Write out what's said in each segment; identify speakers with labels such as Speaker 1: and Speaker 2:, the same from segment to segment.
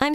Speaker 1: I'm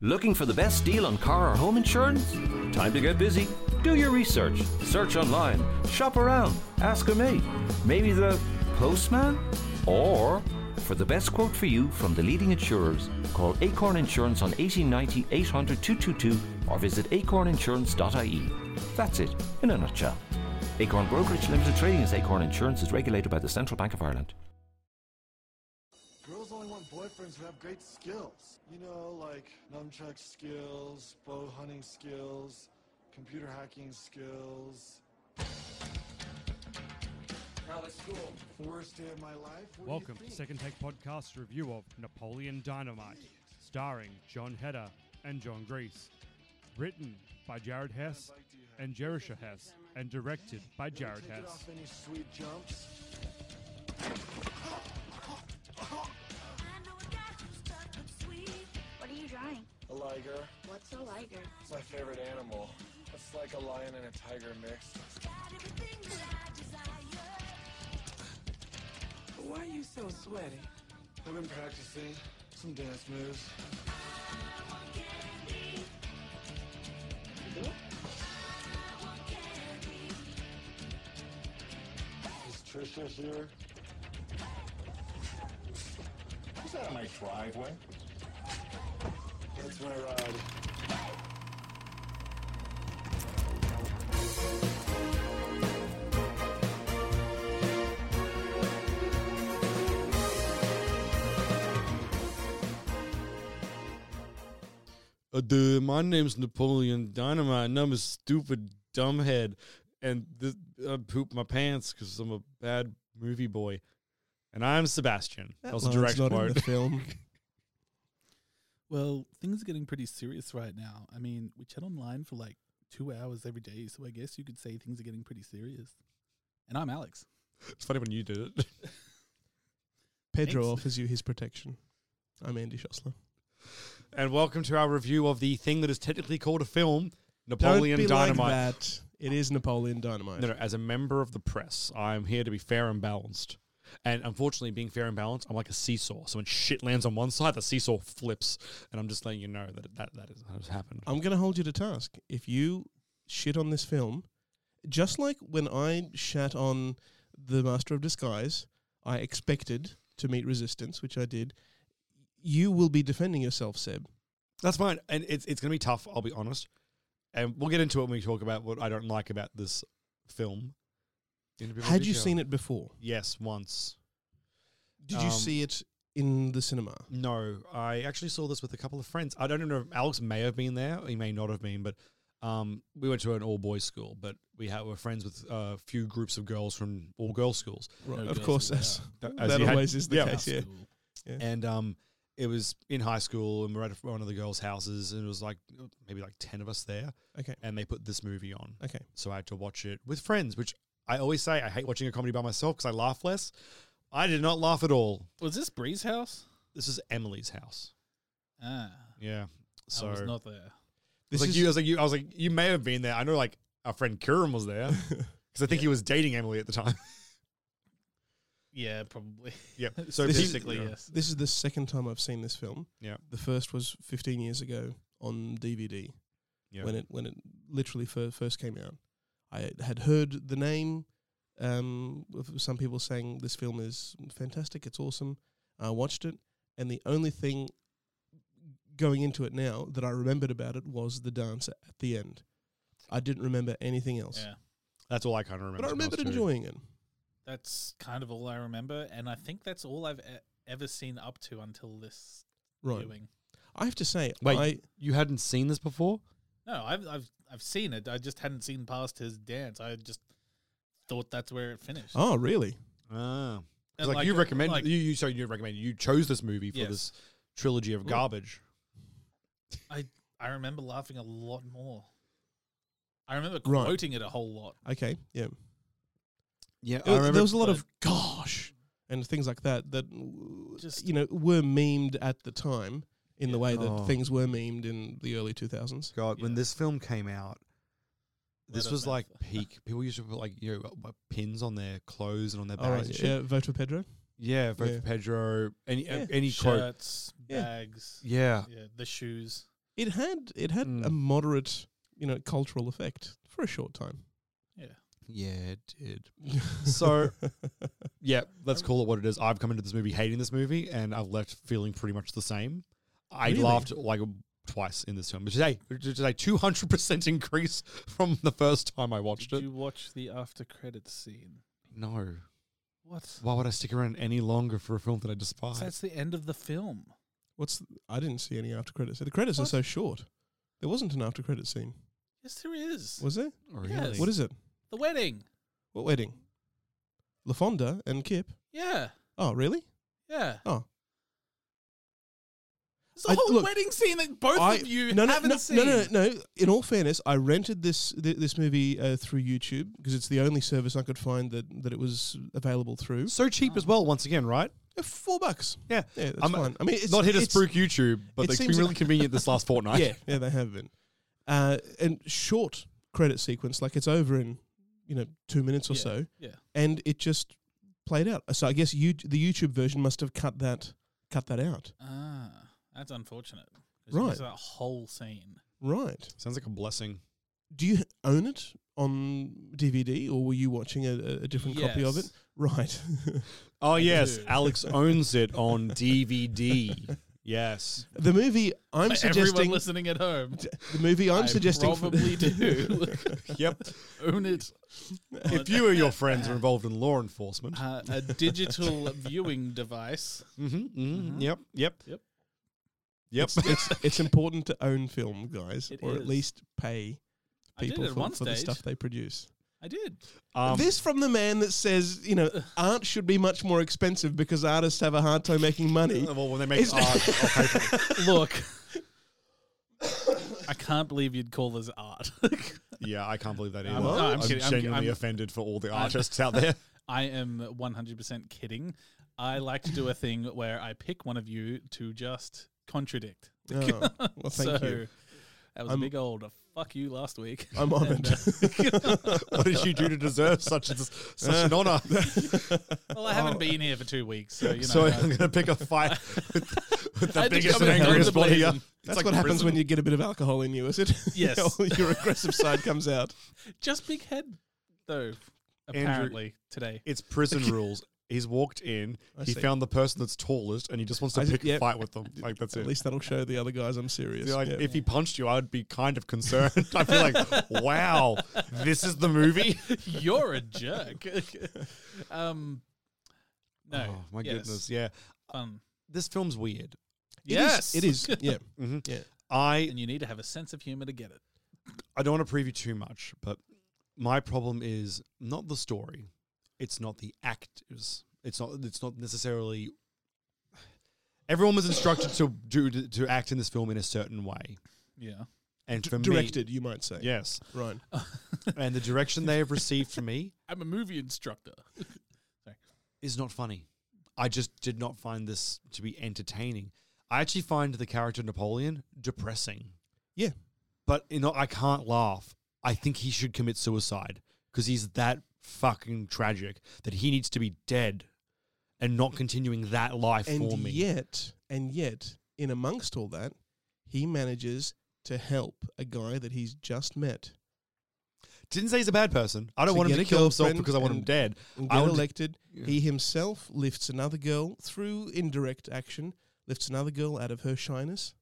Speaker 2: Looking for the best deal on car or home insurance? Time to get busy. Do your research, search online, shop around, ask a mate, maybe the postman? Or for the best quote for you from the leading insurers, call Acorn Insurance on 1890 800 222 or visit acorninsurance.ie. E. That's it in a nutshell. Acorn Brokerage Limited Trading as Acorn Insurance is regulated by the Central Bank of Ireland.
Speaker 3: Girls only want boyfriends who have great skills. You know, like nunchuck skills, bow hunting skills, computer hacking skills. Worst day of my life. What do you
Speaker 4: Welcome to
Speaker 3: think?
Speaker 4: Second Take Podcast's review of Napoleon Dynamite, starring John Hedder and John Grease. Written by Jared Hess and Jerusha Hess, and directed by Jared
Speaker 3: Take it
Speaker 4: Hess.
Speaker 3: off any sweet jumps.
Speaker 5: What are you drawing?
Speaker 3: A liger.
Speaker 5: What's a liger?
Speaker 3: It's my favorite animal. It's like a lion and a tiger mixed.
Speaker 6: Why are you so sweaty?
Speaker 3: I've been practicing some dance moves. Is Trisha here?
Speaker 7: Is that on my driveway?
Speaker 3: That's my ride.
Speaker 8: Uh, dude, my name's Napoleon Dynamite, and I'm a stupid dumbhead, and this, I poop my pants because I'm a bad movie boy. And I'm Sebastian. That, was a direct part.
Speaker 9: film. well, things are getting pretty serious right now. I mean, we chat online for like two hours every day, so I guess you could say things are getting pretty serious. And I'm Alex.
Speaker 8: it's funny when you did it.
Speaker 10: Pedro
Speaker 9: Thanks.
Speaker 10: offers you his protection. I'm Andy Schossler.
Speaker 8: And welcome to our review of the thing that is technically called a film, Napoleon
Speaker 10: Don't be
Speaker 8: Dynamite.
Speaker 10: Like that. It is Napoleon Dynamite.
Speaker 8: No, no, as a member of the press, I'm here to be fair and balanced. And unfortunately, being fair and balanced, I'm like a seesaw. So when shit lands on one side, the seesaw flips. And I'm just letting you know that that, that is- has happened.
Speaker 10: I'm going to hold you to task. If you shit on this film, just like when I shat on The Master of Disguise, I expected to meet resistance, which I did. You will be defending yourself, Seb.
Speaker 8: That's fine, and it's it's gonna be tough. I'll be honest, and we'll get into it when we talk about what I don't like about this film.
Speaker 10: Had you seen it before?
Speaker 8: Yes, once.
Speaker 10: Did you
Speaker 8: Um,
Speaker 10: see it in the cinema?
Speaker 8: No, I actually saw this with a couple of friends. I don't know if Alex may have been there. He may not have been, but um, we went to an all boys school, but we had, were friends with a few groups of girls from all girls schools.
Speaker 10: Right,
Speaker 9: No
Speaker 10: of
Speaker 9: girls
Speaker 10: course,
Speaker 9: allowed.
Speaker 10: as,
Speaker 8: Th- as
Speaker 10: that
Speaker 8: you had-
Speaker 10: always is the
Speaker 8: yeah.
Speaker 10: case. Yeah.
Speaker 9: Cool.
Speaker 8: and um, it was in high school, and we we're at one of the girls' houses, and it was like maybe like ten of us there,
Speaker 10: Okay.
Speaker 8: and they put this movie on.
Speaker 10: Okay.
Speaker 8: so I had to watch it with friends, which I always say I hate watching a comedy by myself because I laugh less. I did not laugh at all.
Speaker 9: Was this Bree's house?
Speaker 8: This is Emily's house.
Speaker 9: Ah,
Speaker 8: Yeah. So
Speaker 9: I was
Speaker 8: I
Speaker 9: not there.
Speaker 8: was
Speaker 10: This
Speaker 8: like
Speaker 10: is-
Speaker 8: you, I was like you, I was like you may have been there. I know like our friend Kiran was there because I think he was dating Emily at the time.
Speaker 9: Yeah, probably.
Speaker 8: yep. So
Speaker 10: This is-
Speaker 9: Basically,
Speaker 8: yeah.
Speaker 9: yes.
Speaker 10: This is the second time I've seen this film.
Speaker 8: Yeah.
Speaker 10: The first was 15 years ago on DVD
Speaker 8: Yeah.
Speaker 10: when it when it literally fir- first came out. I had heard the name. Um, of some people saying this film is fantastic. It's awesome. I watched it, and the only thing going into it now that I remembered about it was the dance at the end. I didn't remember anything else,
Speaker 9: Yeah.
Speaker 8: That's all I kind of remember.
Speaker 10: but I remembered
Speaker 8: enjoying.
Speaker 10: enjoying it.
Speaker 9: That's kind of all I remember. And I think that's all I've e- ever seen up to until this
Speaker 10: Right.
Speaker 9: viewing.
Speaker 10: I have to say,
Speaker 8: Wait,
Speaker 10: I,
Speaker 8: you hadn't seen this before?
Speaker 9: No, I've I've I've seen it. I just hadn't seen past his dance. I just thought that's where it finished.
Speaker 10: oh really?
Speaker 8: Ah. 'Cause,
Speaker 9: And
Speaker 8: Like,
Speaker 9: like,
Speaker 8: you
Speaker 9: uh,
Speaker 8: recommended
Speaker 9: like-
Speaker 8: you, you sorry you recommended you chose this movie for
Speaker 9: Yes.
Speaker 8: this trilogy of
Speaker 10: Ooh.
Speaker 8: garbage.
Speaker 9: I I remember laughing a lot more. I remember
Speaker 10: Right.
Speaker 9: quoting it a whole lot.
Speaker 10: Okay, yeah.
Speaker 8: Yeah, uh,
Speaker 10: It was- there was a lot
Speaker 9: but-
Speaker 10: of gosh and things like that that w-
Speaker 9: Just-
Speaker 10: you know were memed at the time in the way that
Speaker 8: Oh.
Speaker 10: things were memed in the early 2000s.
Speaker 8: God, when
Speaker 9: Yeah.
Speaker 8: this film came out, this
Speaker 9: Word of
Speaker 8: was like
Speaker 9: mouth.
Speaker 8: peak. People used to put like you know uh, pins on their clothes and on their
Speaker 10: All
Speaker 8: bags.
Speaker 10: right,
Speaker 8: and shit.
Speaker 10: yeah, vote for Pedro.
Speaker 8: Oh, Yeah, vote
Speaker 10: Yeah.
Speaker 8: for Pedro. Any uh,
Speaker 10: Yeah.
Speaker 8: any quote.
Speaker 9: Shirts,
Speaker 10: Yeah.
Speaker 9: bags,
Speaker 8: Yeah,
Speaker 9: yeah, the shoes.
Speaker 10: It had it had
Speaker 8: Mm.
Speaker 10: a moderate you know cultural effect for a short time.
Speaker 8: yeah, it did. So- Yeah, let's call it what it is. I've come into this movie hating this movie, and I've left feeling pretty much the same. I
Speaker 10: Really?
Speaker 8: laughed like twice in this film, which is a which is a two hundred percent increase from the first time I watched
Speaker 9: Did
Speaker 8: it.
Speaker 9: you watch the after credits scene?
Speaker 8: No,
Speaker 9: What?
Speaker 8: why would I stick around any longer for a film that I despise?
Speaker 9: That's the end of the film.
Speaker 10: what's th- I didn't see any after credits. The credits are
Speaker 9: What?
Speaker 10: so short. There wasn't an after credit scene,
Speaker 9: Yes, there is.
Speaker 10: was there?
Speaker 8: really?
Speaker 9: Yes.
Speaker 10: What is it?
Speaker 9: The wedding.
Speaker 10: What wedding? LaFonda and Kip.
Speaker 9: Yeah,
Speaker 10: Oh, really?
Speaker 9: yeah.
Speaker 10: Oh,
Speaker 9: There's a
Speaker 10: I-
Speaker 9: whole
Speaker 10: look,
Speaker 9: wedding scene that both
Speaker 10: I-
Speaker 9: of you
Speaker 10: no, no,
Speaker 9: haven't
Speaker 10: no,
Speaker 9: seen.
Speaker 10: No, no, no. In all fairness, I rented this th- this movie uh, through YouTube because it's the only service I could find that, that it was available through.
Speaker 8: So cheap as well. Once again, right?
Speaker 10: Uh, four bucks.
Speaker 8: Yeah,
Speaker 10: Yeah, that's
Speaker 8: I'm-
Speaker 10: fine. I mean, it's
Speaker 8: not here to
Speaker 10: it's-
Speaker 8: spook YouTube, but
Speaker 10: it
Speaker 8: they've been
Speaker 10: seems-
Speaker 8: really convenient this last fortnight.
Speaker 10: Yeah, yeah, they have been. Uh, and short credit sequence, like it's over in you know two minutes or
Speaker 9: Yeah,
Speaker 10: so,
Speaker 9: Yeah.
Speaker 10: and it just played out. So I guess you the YouTube version must have cut that cut that out,
Speaker 9: Ah, that's unfortunate. 'Cause you
Speaker 10: Right.
Speaker 9: missed That whole scene.
Speaker 10: right?
Speaker 8: Sounds like a blessing.
Speaker 10: Do you own it on DVD or were you watching a, a- a different copy of it?
Speaker 9: Yes.
Speaker 10: Right.
Speaker 8: Oh
Speaker 9: yes,
Speaker 8: yes, Alex owns it on DVD. Yes.
Speaker 10: the movie I'm
Speaker 9: For everyone
Speaker 10: suggesting
Speaker 9: listening at home,
Speaker 10: the movie I'm
Speaker 9: I
Speaker 10: suggesting for-
Speaker 9: probably do
Speaker 8: Yep.
Speaker 9: own it. on
Speaker 8: if you or your friends are involved in law enforcement.
Speaker 10: Uh-huh.
Speaker 9: uh, a digital viewing device,
Speaker 8: Mm-hmm, Yep. Yep.
Speaker 9: Yep.
Speaker 8: Yep.
Speaker 10: Uh-huh. it's it's important to own film, guys,
Speaker 9: It
Speaker 10: or at
Speaker 9: is.
Speaker 10: least pay
Speaker 9: I did
Speaker 10: people
Speaker 9: at
Speaker 10: for,
Speaker 9: one
Speaker 10: for the
Speaker 9: stage.
Speaker 10: stuff they produce.
Speaker 9: I did.
Speaker 8: Um,
Speaker 10: this from the man that says, you know, art should be much more expensive because artists have a hard time making money.
Speaker 9: Oh
Speaker 8: well, when they make
Speaker 10: It's-
Speaker 8: art, I'll pay for it.
Speaker 9: Look, I can't believe you'd call this art.
Speaker 8: Yeah, I can't believe that either.
Speaker 9: I'm- no, I'm kidding. I'm-
Speaker 8: genuinely
Speaker 9: I'm-
Speaker 8: offended for all the
Speaker 9: I'm-
Speaker 8: artists out there.
Speaker 9: I am 100% kidding. I like to do a thing where I pick one of you to just contradict.
Speaker 10: Oh, well, thank
Speaker 9: so,
Speaker 10: you.
Speaker 9: That was
Speaker 10: I'm-
Speaker 9: a big old fuck you last week.
Speaker 10: I'm
Speaker 9: uh,
Speaker 10: honoured.
Speaker 8: what did you do to deserve such a, such an honor?
Speaker 9: Well, I haven't been here for two weeks, so you know.
Speaker 8: so I'm
Speaker 9: I-
Speaker 8: going to pick a fight with, with the
Speaker 9: I think
Speaker 8: biggest
Speaker 9: I'm
Speaker 8: and
Speaker 9: in hell
Speaker 8: angriest
Speaker 9: with
Speaker 8: body.
Speaker 9: the
Speaker 8: here.
Speaker 9: blazon.
Speaker 8: It's
Speaker 10: That's
Speaker 8: like
Speaker 10: what happens
Speaker 8: prison.
Speaker 10: when you get a bit of alcohol in you, is it?
Speaker 9: Yes.
Speaker 10: All your aggressive side comes out.
Speaker 9: just big head, though. Apparently today.
Speaker 8: It's prison rules. He's walked in.
Speaker 10: I
Speaker 8: he
Speaker 10: see.
Speaker 8: found the person that's tallest, and he just wants to
Speaker 10: I-
Speaker 8: pick a
Speaker 10: yep.
Speaker 8: fight with them. Like that's
Speaker 10: At
Speaker 8: it.
Speaker 10: least that'll show the other guys I'm serious.
Speaker 8: Yeah, like,
Speaker 10: Yeah.
Speaker 8: If he punched you, I'd be kind of concerned. I'd be like, wow, this is the movie.
Speaker 9: You're a jerk. um, no.
Speaker 8: Oh my
Speaker 9: yes,
Speaker 8: goodness, yeah.
Speaker 9: Fun.
Speaker 8: This film's weird.
Speaker 10: It is-
Speaker 9: yes,
Speaker 10: it is. Yeah.
Speaker 8: Mhm.
Speaker 10: Yeah.
Speaker 8: I
Speaker 9: And you need to have a sense of humor to get it.
Speaker 8: I don't want to preview too much, but my problem is not the story. It's not the actors. It's not. It's not necessarily. Everyone was instructed to do to, to act in this film in a certain way,
Speaker 9: Yeah.
Speaker 8: and
Speaker 10: D-
Speaker 8: for
Speaker 10: directed, you might say.
Speaker 8: me, yes,
Speaker 10: Right.
Speaker 8: and the direction they have received from me
Speaker 9: I'm a movie instructor.
Speaker 8: is not funny. I just did not find this to be entertaining. I actually find the character Napoleon depressing.
Speaker 10: Yeah.
Speaker 8: But you know, I can't laugh. I think he should commit suicide because he's that fucking tragic that he needs to be dead and not continuing that life
Speaker 10: and
Speaker 8: for me.
Speaker 10: yet, and yet, in amongst all that, he manages to help a guy that he's just met
Speaker 8: Didn't say he's a bad person. I don't
Speaker 10: To
Speaker 8: want him
Speaker 10: get
Speaker 8: to
Speaker 10: a
Speaker 8: kill himself
Speaker 10: girlfriend
Speaker 8: because I want him
Speaker 10: and-
Speaker 8: dead.
Speaker 10: and
Speaker 8: I
Speaker 10: get
Speaker 8: want to-
Speaker 10: elected. He himself lifts another girl through indirect action, lifts another girl out of her shyness,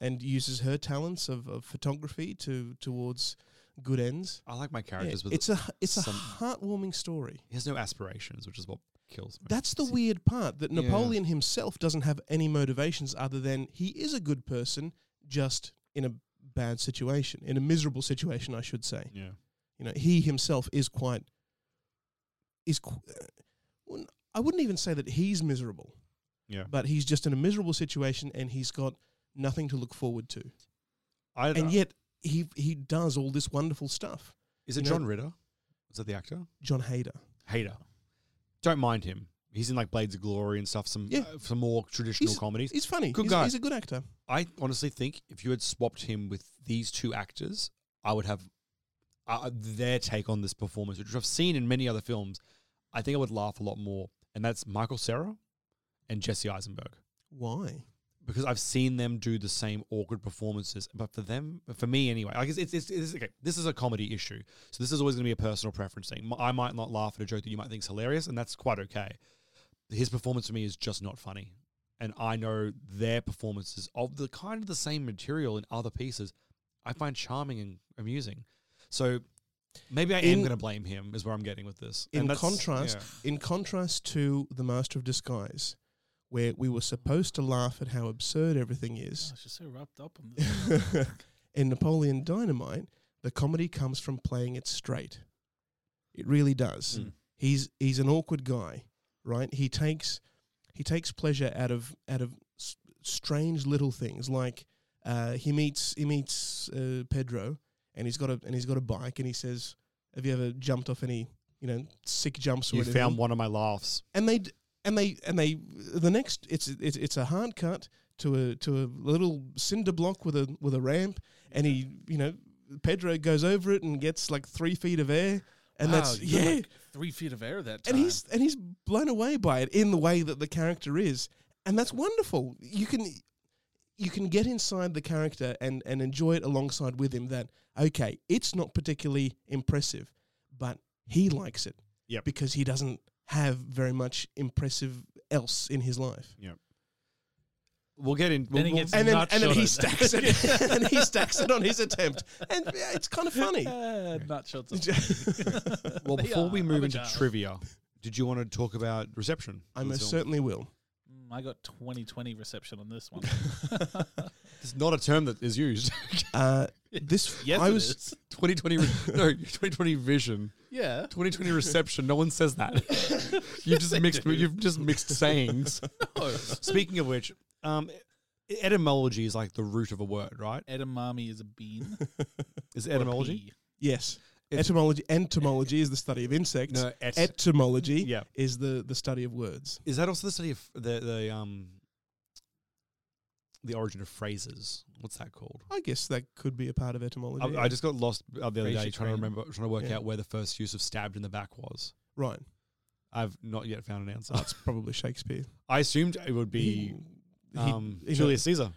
Speaker 10: and uses her talents of, of photography to towards good ends.
Speaker 8: I like my
Speaker 10: Yeah,
Speaker 8: characters, but
Speaker 10: it's a it's a
Speaker 8: some-
Speaker 10: heartwarming story.
Speaker 8: he has no aspirations, which is what kills me.
Speaker 10: That's the
Speaker 8: See,
Speaker 10: weird part that
Speaker 8: Yeah.
Speaker 10: Napoleon himself doesn't have any motivations other than he is a good person, just in a bad situation, in a miserable situation, I should say.
Speaker 8: Yeah.
Speaker 10: You know, he himself is quite is. Qu- uh, wouldn't- I wouldn't even say that he's miserable.
Speaker 11: Yeah.
Speaker 10: But he's just in a miserable situation and he's got nothing to look forward to.
Speaker 8: I
Speaker 10: and yet he he does all this wonderful stuff.
Speaker 8: Is it
Speaker 10: You know,
Speaker 8: John Ritter? Is that the actor?
Speaker 10: John Hader.
Speaker 8: Hater. Don't mind him. He's in like Blades of Glory and stuff. Some
Speaker 10: Yeah.
Speaker 8: uh, some more traditional
Speaker 10: He's-
Speaker 8: comedies.
Speaker 10: he's funny.
Speaker 8: Good
Speaker 10: He's-
Speaker 8: guy.
Speaker 10: he's a good actor.
Speaker 8: I honestly think if you had swapped him with these two actors, I would have uh, their take on this performance, which I've seen in many other films. I think I would laugh a lot more, and that's Michael Cera and Jesse Eisenberg.
Speaker 10: Why?
Speaker 8: because I've seen them do the same awkward performances. But for them, for me anyway, like it's, it's, it's, it's okay. This is a comedy issue, so this is always going to be a personal preference thing. M- I might not laugh at a joke that you might think is hilarious, and that's quite okay. His performance for me is just not funny, and I know their performances of the kind of the same material in other pieces, I find charming and amusing. So maybe I am
Speaker 10: In-
Speaker 8: going to blame him, is where I'm getting with this.
Speaker 10: in
Speaker 8: And that's-
Speaker 10: contrast
Speaker 8: yeah.
Speaker 10: in contrast to the master of disguise where we were supposed to laugh at how absurd everything is
Speaker 9: Gosh, you're Oh, so wrapped up on this.
Speaker 10: in napoleon dynamite the comedy comes from playing it straight it really does
Speaker 8: Mm.
Speaker 10: he's he's an awkward guy right he takes he takes pleasure out of out of s- strange little things like uh, he meets he meets uh, Pedro and he's got a and he's got a bike and he says have you ever jumped off any you know sick jumps or
Speaker 8: you
Speaker 10: whatever?"
Speaker 8: found one of my laughs.
Speaker 10: and they d- and they and they the next it's it's it's a hard cut to a to a little cinder block with a with a ramp, and he you know Pedro goes over it and gets like three feet of air, and that's
Speaker 9: you got,
Speaker 10: yeah,
Speaker 9: like, three feet of air that time.
Speaker 10: and he's and he's blown away by it in the way that the character is, and that's wonderful. You can you can get inside the character and and enjoy it alongside with him. That okay, it's not particularly impressive, but he likes it
Speaker 8: Yep.
Speaker 10: because he doesn't have very much impressive else in his life.
Speaker 8: We'll get in.
Speaker 9: Then he
Speaker 8: we'll-
Speaker 9: gets
Speaker 10: And then,
Speaker 9: Not
Speaker 10: and then he
Speaker 9: shot
Speaker 10: stacks it, and he stacks it on his attempt, and yeah, it's kind of funny.
Speaker 9: Uh, not shots. of-
Speaker 8: Well,
Speaker 9: They
Speaker 8: before we
Speaker 9: are
Speaker 8: move
Speaker 9: other
Speaker 8: into
Speaker 9: genres.
Speaker 8: trivia, did you want to talk about reception?
Speaker 10: I
Speaker 8: of the
Speaker 10: most
Speaker 8: film?
Speaker 10: certainly will.
Speaker 9: Mm, I got 2020 reception on this one.
Speaker 8: It's not a term that is used.
Speaker 10: Uh, this
Speaker 9: yes,
Speaker 10: I
Speaker 9: it
Speaker 10: was
Speaker 9: is.
Speaker 8: 2020, re- no, 2020 vision,
Speaker 9: Yeah.
Speaker 8: 2020 reception. No one says that. You've just mixed. You've just mixed sayings. Speaking of which, um, e- etymology is like the root of a word, right?
Speaker 9: Edamame is a bean. or
Speaker 8: Is
Speaker 9: a
Speaker 8: etymology?
Speaker 9: pea.
Speaker 10: yes.
Speaker 8: It's-
Speaker 10: etymology entomology is the study of insects.
Speaker 8: No, et-
Speaker 10: etymology
Speaker 8: Yeah.
Speaker 10: is the the study of words.
Speaker 8: Is that also the study of the the um the origin of phrases? What's that called?
Speaker 10: I guess that could be a part of etymology.
Speaker 8: I, I just got lost uh, the other
Speaker 9: Phrase
Speaker 8: day
Speaker 9: you
Speaker 8: trying to
Speaker 9: train.
Speaker 8: remember, trying to work
Speaker 10: Yeah.
Speaker 8: out where the first use of stabbed in the back was.
Speaker 10: right.
Speaker 8: I've not yet found an answer.
Speaker 10: That's probably Shakespeare.
Speaker 8: I assumed it would be
Speaker 10: He-
Speaker 8: um,
Speaker 10: he-
Speaker 8: Julius Caesar.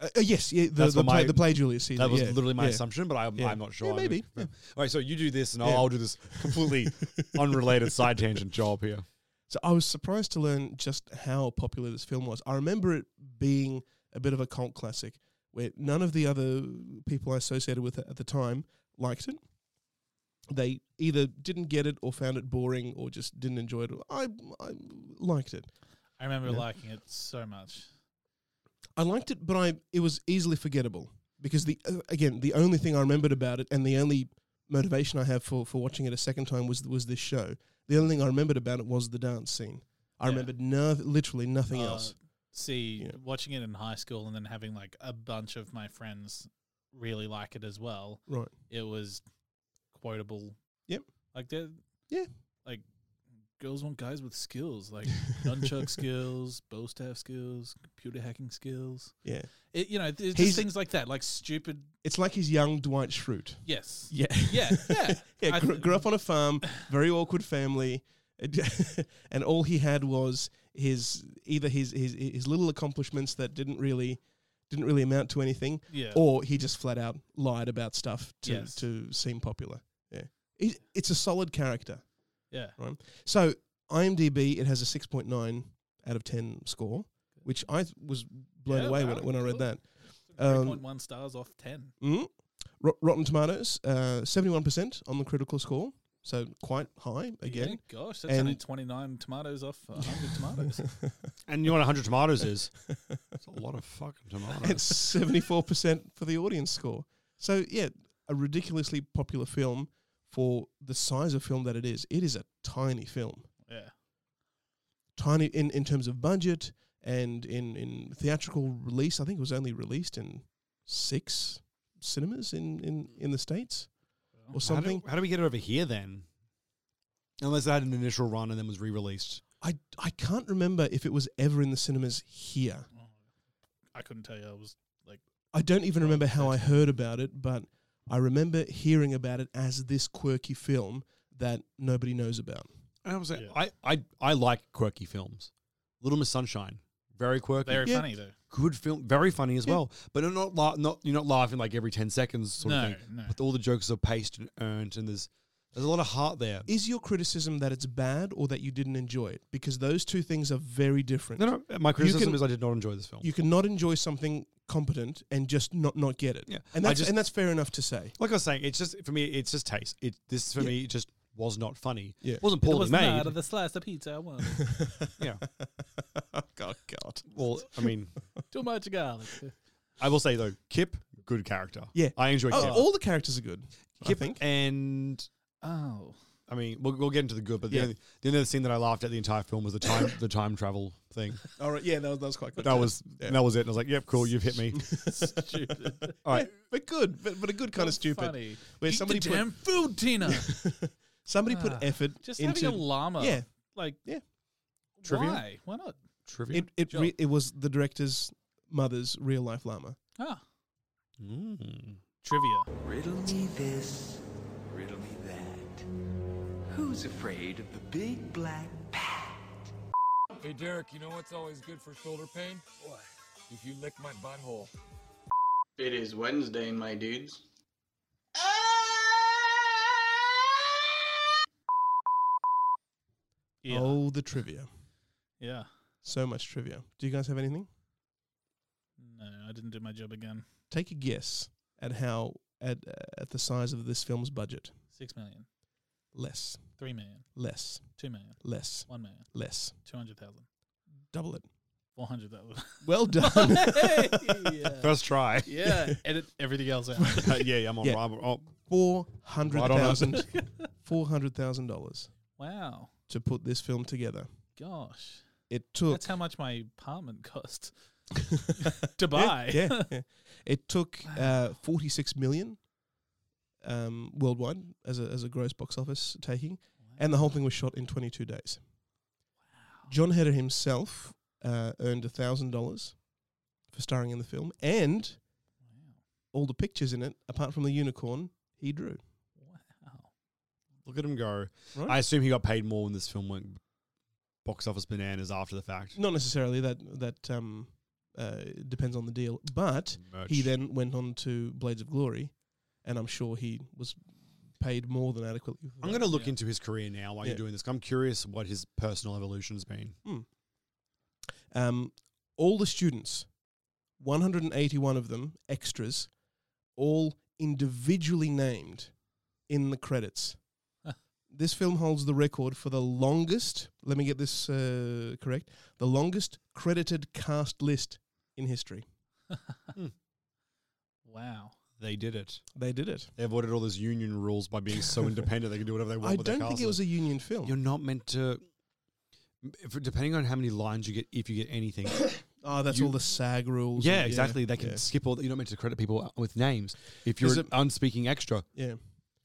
Speaker 10: Uh, uh, yes, yeah, the,
Speaker 8: That's
Speaker 10: the,
Speaker 8: what
Speaker 10: play,
Speaker 8: my-
Speaker 10: the play Julius Caesar.
Speaker 8: That was
Speaker 10: yeah,
Speaker 8: literally my
Speaker 10: yeah.
Speaker 8: assumption, but I'm,
Speaker 10: Yeah.
Speaker 8: I'm not sure.
Speaker 10: Yeah,
Speaker 8: I'm
Speaker 10: maybe,
Speaker 8: All right, so you do this, and
Speaker 10: Yeah.
Speaker 8: I'll, I'll do this completely unrelated side tangent job here.
Speaker 10: So I was surprised to learn just how popular this film was. I remember it being a bit of a cult classic where none of the other people I associated with it at the time liked it. They either didn't get it or found it boring or just didn't enjoy it. I, I liked it.
Speaker 9: I remember
Speaker 10: Yeah.
Speaker 9: liking it so much.
Speaker 10: I liked it, but I it was easily forgettable because the uh, again the only thing I remembered about it and the only motivation I have for, for watching it a second time was was this show. The only thing I remembered about it was the dance scene. I
Speaker 9: Yeah.
Speaker 10: remembered no, literally nothing
Speaker 9: Uh,
Speaker 10: else.
Speaker 9: See,
Speaker 10: Yeah.
Speaker 9: watching it in high school and then having like a bunch of my friends really like it as well.
Speaker 10: Right.
Speaker 9: It was quotable.
Speaker 10: Yep.
Speaker 9: Like that.
Speaker 10: Yeah.
Speaker 9: Like girls want guys with skills, like nunchuck skills, bow staff skills, computer hacking skills.
Speaker 10: Yeah.
Speaker 9: It, you know, it's just
Speaker 10: He's-
Speaker 9: things like that, like stupid.
Speaker 10: It's like he's young Dwight Schrute.
Speaker 9: Yes.
Speaker 10: Yeah.
Speaker 9: Yeah. Yeah.
Speaker 10: yeah,
Speaker 9: I
Speaker 10: grew,
Speaker 9: th-
Speaker 10: grew up on a farm, very awkward family, and all he had was his either his, his his little accomplishments that didn't really didn't really amount to anything,
Speaker 9: Yeah.
Speaker 10: or he just flat out lied about stuff to
Speaker 9: Yes.
Speaker 10: to seem popular. Yeah, He- it's a solid character.
Speaker 9: yeah.
Speaker 10: So IMDb, it has a six point nine out of ten score, which I th- was blown
Speaker 9: Yeah,
Speaker 10: away
Speaker 9: wow,
Speaker 10: when when I read
Speaker 9: cool.
Speaker 10: that.
Speaker 9: Three
Speaker 10: Um,
Speaker 9: point one stars off ten.
Speaker 10: Mm. Rot- Rotten Tomatoes, uh, seventy-one percent on the critical score, so quite high again.
Speaker 9: Yeah, gosh, that's only
Speaker 10: And-
Speaker 9: twenty nine tomatoes off a hundred tomatoes.
Speaker 8: And you know what 100 tomatoes is? It's a lot of fucking
Speaker 10: It's
Speaker 8: tomatoes.
Speaker 10: seventy-four percent for the audience score. So yeah, a ridiculously popular film for the size of film that it is. It is a tiny film.
Speaker 9: Yeah.
Speaker 10: tiny in, in terms of budget and in, in theatrical release. I think it was only released in six cinemas in, in, in the States or something.
Speaker 8: How do, how do we get it over here then? Unless it had an initial run and then was re released.
Speaker 10: I, I can't remember if it was ever in the cinemas here.
Speaker 9: I couldn't tell you. I was like,
Speaker 10: I don't even remember how I heard about it, but I remember hearing about it as this quirky film that nobody knows about.
Speaker 8: And I was like, I, I, I like quirky films. Little Miss Sunshine, very quirky.
Speaker 9: very
Speaker 10: Yeah.
Speaker 9: funny though.
Speaker 8: Good film, very funny as
Speaker 10: Yeah.
Speaker 8: well. But you're not, la- not you're not laughing like every ten seconds sort
Speaker 9: No,
Speaker 8: of thing.
Speaker 9: no.
Speaker 8: But all the jokes are paced and earned, and there's there's a lot of heart there.
Speaker 10: Is your criticism that it's bad or that you didn't enjoy it? Because those two things are very different.
Speaker 8: No, no. My criticism
Speaker 10: can-
Speaker 8: is I did not enjoy this film.
Speaker 10: You cannot enjoy something competent and just not not get it.
Speaker 8: Yeah.
Speaker 10: And
Speaker 8: I
Speaker 10: that's
Speaker 8: just-
Speaker 10: and that's fair enough to say.
Speaker 8: like I was saying, it's just for me, it's just taste. It this for
Speaker 10: Yeah.
Speaker 8: me just was not funny.
Speaker 10: Yeah.
Speaker 8: It wasn't poorly made.
Speaker 9: out of the slice of pizza I want.
Speaker 8: yeah.
Speaker 10: God, God.
Speaker 8: Well, I mean,
Speaker 9: Too much garlic.
Speaker 8: I will say though, Kip, good character.
Speaker 10: Yeah.
Speaker 8: I enjoy
Speaker 10: Oh,
Speaker 8: Kip.
Speaker 10: all the characters are good.
Speaker 8: Kip
Speaker 10: I think.
Speaker 8: and
Speaker 9: Oh,
Speaker 8: I mean, we'll, we'll get into the good, but
Speaker 10: Yeah.
Speaker 8: the, only, the only other scene that I laughed at the entire film was the time the time travel thing.
Speaker 10: All right. Yeah, that was, that was quite good.
Speaker 8: That was that was it. And I was like, "Yep, cool, you've hit me."
Speaker 9: stupid.
Speaker 8: All right,
Speaker 10: but good, but, but a good kind of stupid.
Speaker 9: Funny.
Speaker 10: Where
Speaker 9: Eat
Speaker 10: somebody
Speaker 9: the
Speaker 10: put-
Speaker 9: damn food, Tina.
Speaker 10: Somebody put
Speaker 9: Ah,
Speaker 10: effort
Speaker 9: Just
Speaker 10: into
Speaker 9: having a llama.
Speaker 10: yeah.
Speaker 9: Like
Speaker 10: Yeah.
Speaker 8: Trivia?
Speaker 9: Why? Why not?
Speaker 8: trivia.
Speaker 10: It it
Speaker 9: Sure.
Speaker 10: re- it was the director's mother's real life llama.
Speaker 9: Ah,
Speaker 8: Mm.
Speaker 9: trivia.
Speaker 6: Riddle me this, riddle me that. Who's afraid of the big black bat?
Speaker 12: Hey, Derek, you know what's always good for shoulder pain? What? If you lick my butthole.
Speaker 13: It is Wednesday, my dudes.
Speaker 9: Yeah.
Speaker 10: Oh, the trivia.
Speaker 9: Yeah.
Speaker 10: So much trivia. Do you guys have anything?
Speaker 9: No, I didn't do my job again.
Speaker 10: Take a guess at how at uh, at the size of this film's budget.
Speaker 9: Six million,
Speaker 10: Less,
Speaker 9: three million,
Speaker 10: less,
Speaker 9: two million,
Speaker 10: less,
Speaker 9: one million,
Speaker 10: less.
Speaker 9: two hundred thousand,
Speaker 10: Double it.
Speaker 9: four hundred thousand.
Speaker 10: Well done.
Speaker 9: yeah.
Speaker 8: First try.
Speaker 9: yeah. Edit everything else out.
Speaker 8: Uh, yeah, yeah, I'm on.
Speaker 10: Yeah.
Speaker 8: I'm, oh,
Speaker 10: Four hundred
Speaker 8: Right on up.
Speaker 10: thousand. Four hundred thousand dollars
Speaker 9: Wow.
Speaker 10: to put this film together.
Speaker 9: Gosh.
Speaker 10: It took
Speaker 9: That's how much my apartment cost to buy.
Speaker 10: Yeah, yeah, yeah. It took uh,
Speaker 9: Wow.
Speaker 10: 46 million um, worldwide as a, as a gross box office taking, and the whole thing was shot in 22 days. John Heder himself uh, earned $1,000 for starring in the film, and all the pictures in it, apart from the unicorn, he drew.
Speaker 9: Wow.
Speaker 8: look at him go.
Speaker 10: Right?
Speaker 8: I assume he got paid more when this film went box office bananas after the fact.
Speaker 10: Not necessarily that that um, uh, depends on the deal, but he
Speaker 8: Merch.
Speaker 10: then went on to Blades of Glory, and I'm sure he was paid more than adequately. for
Speaker 8: I'm
Speaker 10: that.
Speaker 8: going to look
Speaker 9: Yeah.
Speaker 8: into his career now while
Speaker 10: Yeah.
Speaker 8: you're doing this. I'm curious what his personal evolution has been.
Speaker 10: Um, all the students, 181 of them, extras, all individually named in the credits.
Speaker 9: Huh.
Speaker 10: this film holds the record for the longest, let me get this uh, correct, the longest credited cast list in history.
Speaker 9: Wow.
Speaker 8: They did it.
Speaker 10: They did it.
Speaker 8: They avoided all those union rules by being so independent. They can do whatever they want.
Speaker 10: I
Speaker 8: with their
Speaker 10: don't think it
Speaker 8: castles.
Speaker 10: was a union film.
Speaker 8: You're not meant to. If, depending on how many lines you get, if you get anything,
Speaker 10: oh, that's
Speaker 8: you-
Speaker 10: all the SAG rules.
Speaker 8: yeah,
Speaker 10: and-
Speaker 8: exactly. They can
Speaker 10: yeah,
Speaker 8: skip all. You're not meant to credit people with names. If you're
Speaker 10: There's
Speaker 8: an unspeaking extra,
Speaker 10: yeah.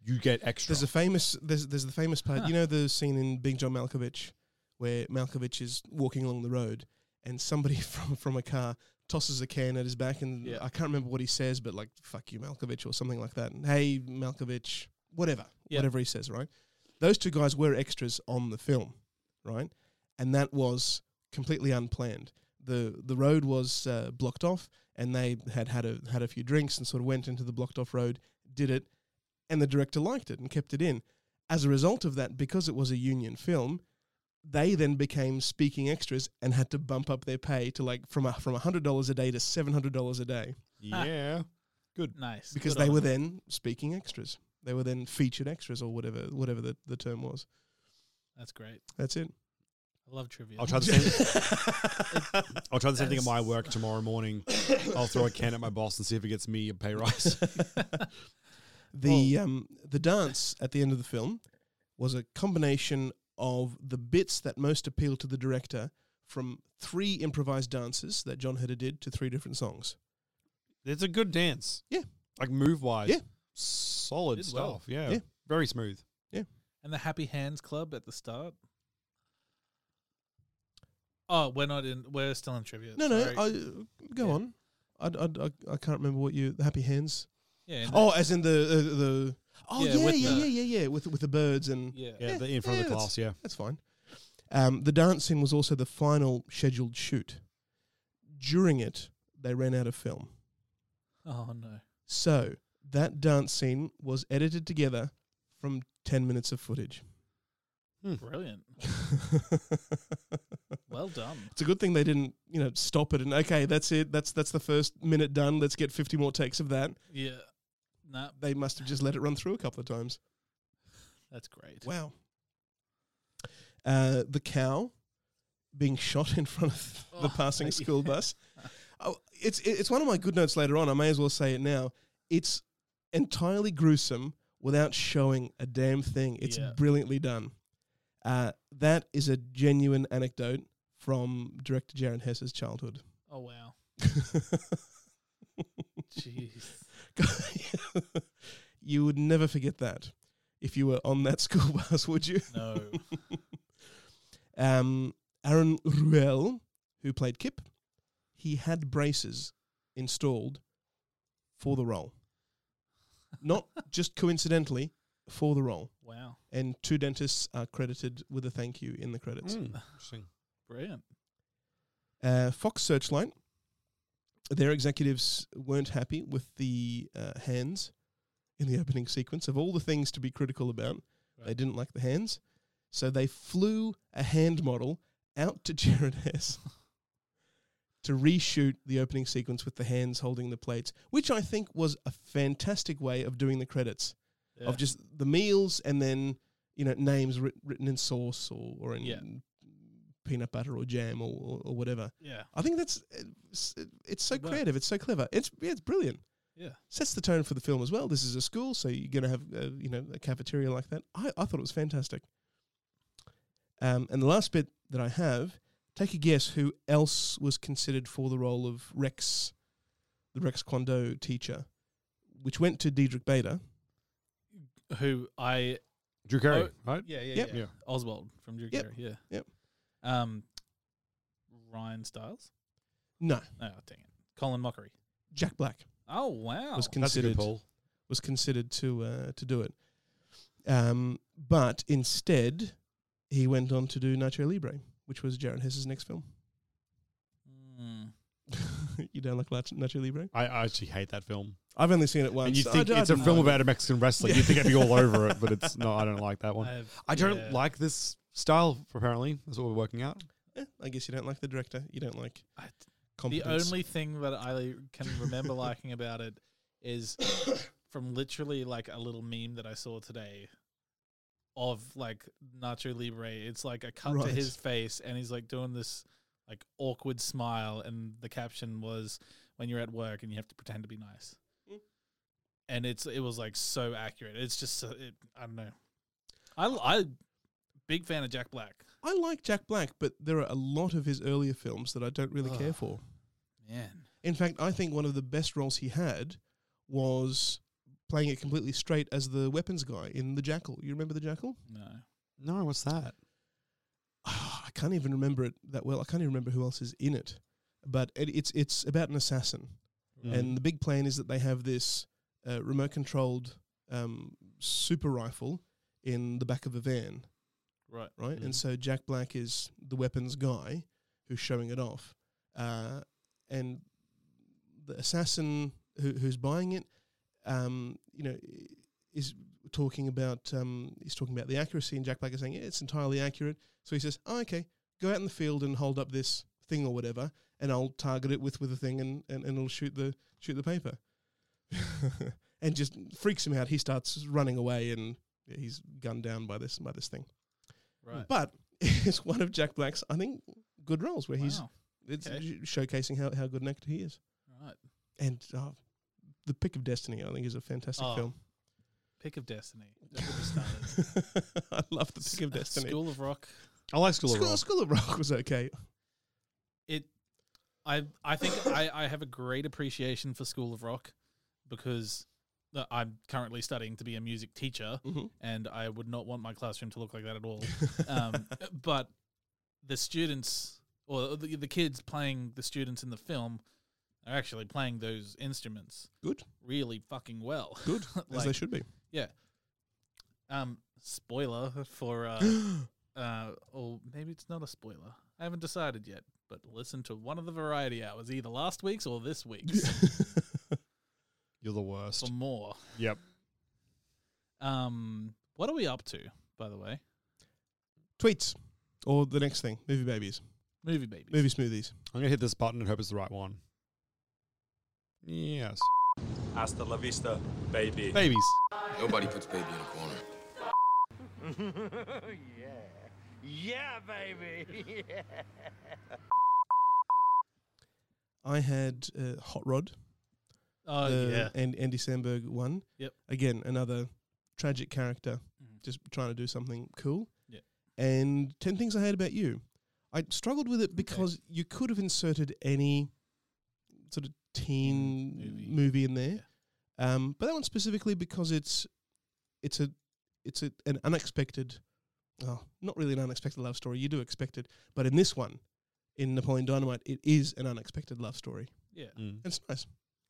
Speaker 8: you get extra.
Speaker 10: There's a famous there's there's the famous part.
Speaker 9: Huh.
Speaker 10: You know the scene in Big John Malkovich where Malkovich is walking along the road and somebody from from a car tosses a can at his back and
Speaker 9: Yeah.
Speaker 10: I can't remember what he says, but like "fuck you, Malkovich" or something like that. And hey, Malkovich, whatever,
Speaker 9: Yeah.
Speaker 10: whatever he says, right? Those two guys were extras on the film, right? And that was completely unplanned. the The road was uh, blocked off, and they had had a had a few drinks and sort of went into the blocked off road, did it, and the director liked it and kept it in. As a result of that, because it was a union film, they then became speaking extras and had to bump up their pay to like from a, from hundred dollars a day to seven hundred dollars a day
Speaker 8: yeah.
Speaker 10: ah.
Speaker 9: Nice.
Speaker 10: because
Speaker 9: Good
Speaker 10: they
Speaker 9: on
Speaker 10: were
Speaker 9: them.
Speaker 10: then speaking extras. They were then featured extras or whatever whatever the, the term was.
Speaker 9: That's great.
Speaker 10: That's it.
Speaker 9: I love trivia.
Speaker 8: I'll try the same. I'll try the same thing at my work tomorrow morning. I'll throw a can at my boss and see if it gets me a pay rise.
Speaker 10: The um the dance at the end of the film was a combination of the bits that most appeal to the director from three improvised dances that John Hedda did to three different songs.
Speaker 8: It's a good dance.
Speaker 10: Yeah.
Speaker 8: Like move wise.
Speaker 10: Yeah.
Speaker 8: Solid
Speaker 9: Did
Speaker 8: stuff.
Speaker 9: well.
Speaker 8: Yeah.
Speaker 10: Yeah.
Speaker 8: Very smooth.
Speaker 10: Yeah.
Speaker 9: And the Happy Hands Club at the start. Oh, we're not in. We're still in trivia.
Speaker 10: No, no,
Speaker 9: sorry.
Speaker 10: I, go on. I, I, I, I can't remember what you the happy hands.
Speaker 9: Yeah, and
Speaker 10: Oh, as in the uh, the. Oh
Speaker 9: Yeah,
Speaker 10: yeah,
Speaker 9: with
Speaker 10: yeah,
Speaker 9: the-
Speaker 10: yeah, yeah, yeah. With with the birds and
Speaker 9: Yeah.
Speaker 8: Yeah, the- in front of the
Speaker 10: that's-
Speaker 8: class, yeah.
Speaker 10: that's fine. Um, the dancing was also the final scheduled shoot. During it, they ran out of film,
Speaker 9: oh no.
Speaker 10: so that dance scene was edited together from ten minutes of footage. Hmm.
Speaker 9: Brilliant. Well done.
Speaker 10: It's a good thing they didn't, you know, stop it and okay, that's it. That's that's the first minute done. Let's get 50 more takes of that.
Speaker 9: Yeah. Nah,
Speaker 10: They must have just let it run through a couple of times.
Speaker 9: that's great.
Speaker 10: Wow. Uh, the cow being shot in front of the
Speaker 9: Oh,
Speaker 10: passing
Speaker 9: yeah.
Speaker 10: school bus. Oh, it's it's one of my good notes later on. I may as well say it now. It's entirely gruesome without showing a damn thing. It's
Speaker 9: Yeah.
Speaker 10: brilliantly done. Uh, that is a genuine anecdote from director Jaron Hess's childhood.
Speaker 9: Oh wow. Jeez.
Speaker 10: you would never forget that if you were on that school bus, would you?
Speaker 9: No.
Speaker 10: um, Aaron Ruel, who played Kip, he had braces installed for the role. Not just coincidentally, for the role.
Speaker 9: Wow.
Speaker 10: And two dentists are credited with a thank you in the credits.
Speaker 8: Interesting.
Speaker 9: Brilliant.
Speaker 10: Uh, Fox Searchlight, their executives weren't happy with the uh, hands in the opening sequence. Of all the things to be critical about, they didn't like the hands. So they flew a hand model out to Jared Hess to reshoot the opening sequence with the hands holding the plates, which I think was a fantastic way of doing the credits
Speaker 9: Yeah.
Speaker 10: of just the meals and then, you know, names writ- written in sauce or, or in
Speaker 9: Yeah.
Speaker 10: peanut butter or jam or, or, or whatever.
Speaker 9: Yeah.
Speaker 10: I think that's it's, it's so
Speaker 9: It worked.
Speaker 10: creative. It's so clever. It's yeah, it's brilliant.
Speaker 9: Yeah.
Speaker 10: Sets the tone for the film as well. This is a school, so you're going to have uh, you know a cafeteria like that. I, I thought it was fantastic. Um, and the last bit that I have, take a guess who else was considered for the role of Rex, the Rex Kwando teacher, which went to Diedrich Bader.
Speaker 9: Who I
Speaker 8: Drew Carey, right?
Speaker 9: Yeah, yeah,
Speaker 10: Yep.
Speaker 9: yeah.
Speaker 8: Yeah.
Speaker 9: Oswald from Drew
Speaker 10: Yep.
Speaker 9: Carey. Yeah.
Speaker 10: Yep.
Speaker 9: Um, Ryan Styles.
Speaker 10: No,
Speaker 9: Oh dang it. Colin Mockery.
Speaker 10: Jack Black.
Speaker 9: Oh wow.
Speaker 8: That's
Speaker 10: was
Speaker 8: a good
Speaker 10: considered
Speaker 8: poll.
Speaker 10: was considered to uh, to do it. Um, but instead, he went on to do Nacho Libre, which was Jared Hess's next film.
Speaker 9: Mm.
Speaker 10: you don't like Nacho, Nacho Libre?
Speaker 8: I, I actually hate that film.
Speaker 10: I've only seen it once.
Speaker 8: And you
Speaker 10: I
Speaker 8: think
Speaker 10: d- I
Speaker 8: it's a
Speaker 10: didn't
Speaker 8: film
Speaker 10: like
Speaker 8: about a Mexican wrestler. You think I'd be all over it, but it's no, I don't like that one.
Speaker 9: I've-
Speaker 8: I don't
Speaker 9: yeah.
Speaker 8: like this style, apparently. That's what we're working out.
Speaker 10: it. Eh, I guess you don't like the director. You don't like
Speaker 9: I- The
Speaker 10: competence.
Speaker 9: only thing that I can remember liking about it is from literally like a little meme that I saw today of like Nacho Libre. It's like a cut to
Speaker 10: Right.
Speaker 9: his face and he's like doing this like awkward smile and the caption was when you're at work and you have to pretend to be nice. And it's it was like so accurate. It's just so, it, I don't know. I I big fan of Jack Black.
Speaker 10: I like Jack Black, but there are a lot of his earlier films that I don't really care
Speaker 9: Ugh.
Speaker 10: for.
Speaker 9: Man.
Speaker 10: In fact, I think one of the best roles he had was playing it completely straight as the weapons guy in The Jackal. You remember The Jackal?
Speaker 9: No.
Speaker 8: No, what's that?
Speaker 10: I can't even remember it that well. I can't even remember who else is in it. But it, it's it's about an assassin, and the big plan is that they have this uh, remote controlled um, super rifle in the back of a van,
Speaker 9: Right.
Speaker 10: right? And so Jack Black is the weapons guy who's showing it off, uh, and the assassin who, who's buying it, um, you know, i- is talking about um, he's talking about the accuracy, and Jack Black is saying yeah, it's entirely accurate. So he says, oh, okay, go out in the field and hold up this thing or whatever, and I'll target it with with a thing, and, and, and it'll shoot the shoot the paper. and just freaks him out. He starts running away, and he's gunned down by this by this thing.
Speaker 9: Right.
Speaker 10: But it's one of Jack Black's, I think, good roles where he's
Speaker 9: Wow.
Speaker 10: it's
Speaker 9: Okay.
Speaker 10: sh- showcasing how, how good an actor he is. oh,
Speaker 9: Right.
Speaker 10: And uh, The Pick of Destiny, I think, is a fantastic
Speaker 9: Oh.
Speaker 10: film.
Speaker 9: Pick of Destiny. That's where we started.
Speaker 10: I love the Pick of Destiny.
Speaker 9: uh, School of Rock.
Speaker 8: I like School of Rock.
Speaker 10: School of Rock was okay.
Speaker 9: It. I I think I, I have a great appreciation for School of Rock because uh, I'm currently studying to be a music teacher,
Speaker 10: Mhm.
Speaker 9: and I would not want my classroom to look like that at all. um, but the students or the, the kids playing the students in the film are actually playing those instruments
Speaker 10: Good.
Speaker 9: really fucking well.
Speaker 10: Good, as they should be.
Speaker 9: Yeah. Um, spoiler for uh, uh, or maybe it's not a spoiler. I haven't decided yet. But listen to one of the variety hours, either last week's or this week's,
Speaker 8: You're the worst.
Speaker 9: for more.
Speaker 8: Yep.
Speaker 9: Um, what are we up to, by the way?
Speaker 10: Tweets or the next thing, movie babies,
Speaker 9: Movie babies.
Speaker 10: movie smoothies.
Speaker 8: I'm gonna hit this button and hope it's the right one. Yes.
Speaker 14: Hasta la vista, baby.
Speaker 8: Babies.
Speaker 10: Uh,
Speaker 15: Nobody puts baby in a corner.
Speaker 12: Oh,
Speaker 16: yeah. Yeah, baby. Yeah.
Speaker 10: I had uh, Hot Rod.
Speaker 9: Oh, yeah.
Speaker 10: And Andy Samberg won.
Speaker 9: Yep. Mm-hmm.
Speaker 10: Again, another tragic character just trying to do something cool.
Speaker 9: Yep.
Speaker 10: And 10 Things I Hate About You. I struggled with it because you could have inserted any sort of
Speaker 9: Mm,
Speaker 10: teen movie, in there. Um, but that one specifically because it's it's a it's a, an unexpected oh, not really an unexpected love story. You do expect it, but in this one, in Napoleon Dynamite, it is an unexpected love story.
Speaker 9: Yeah.
Speaker 8: Hmm.
Speaker 10: It's nice.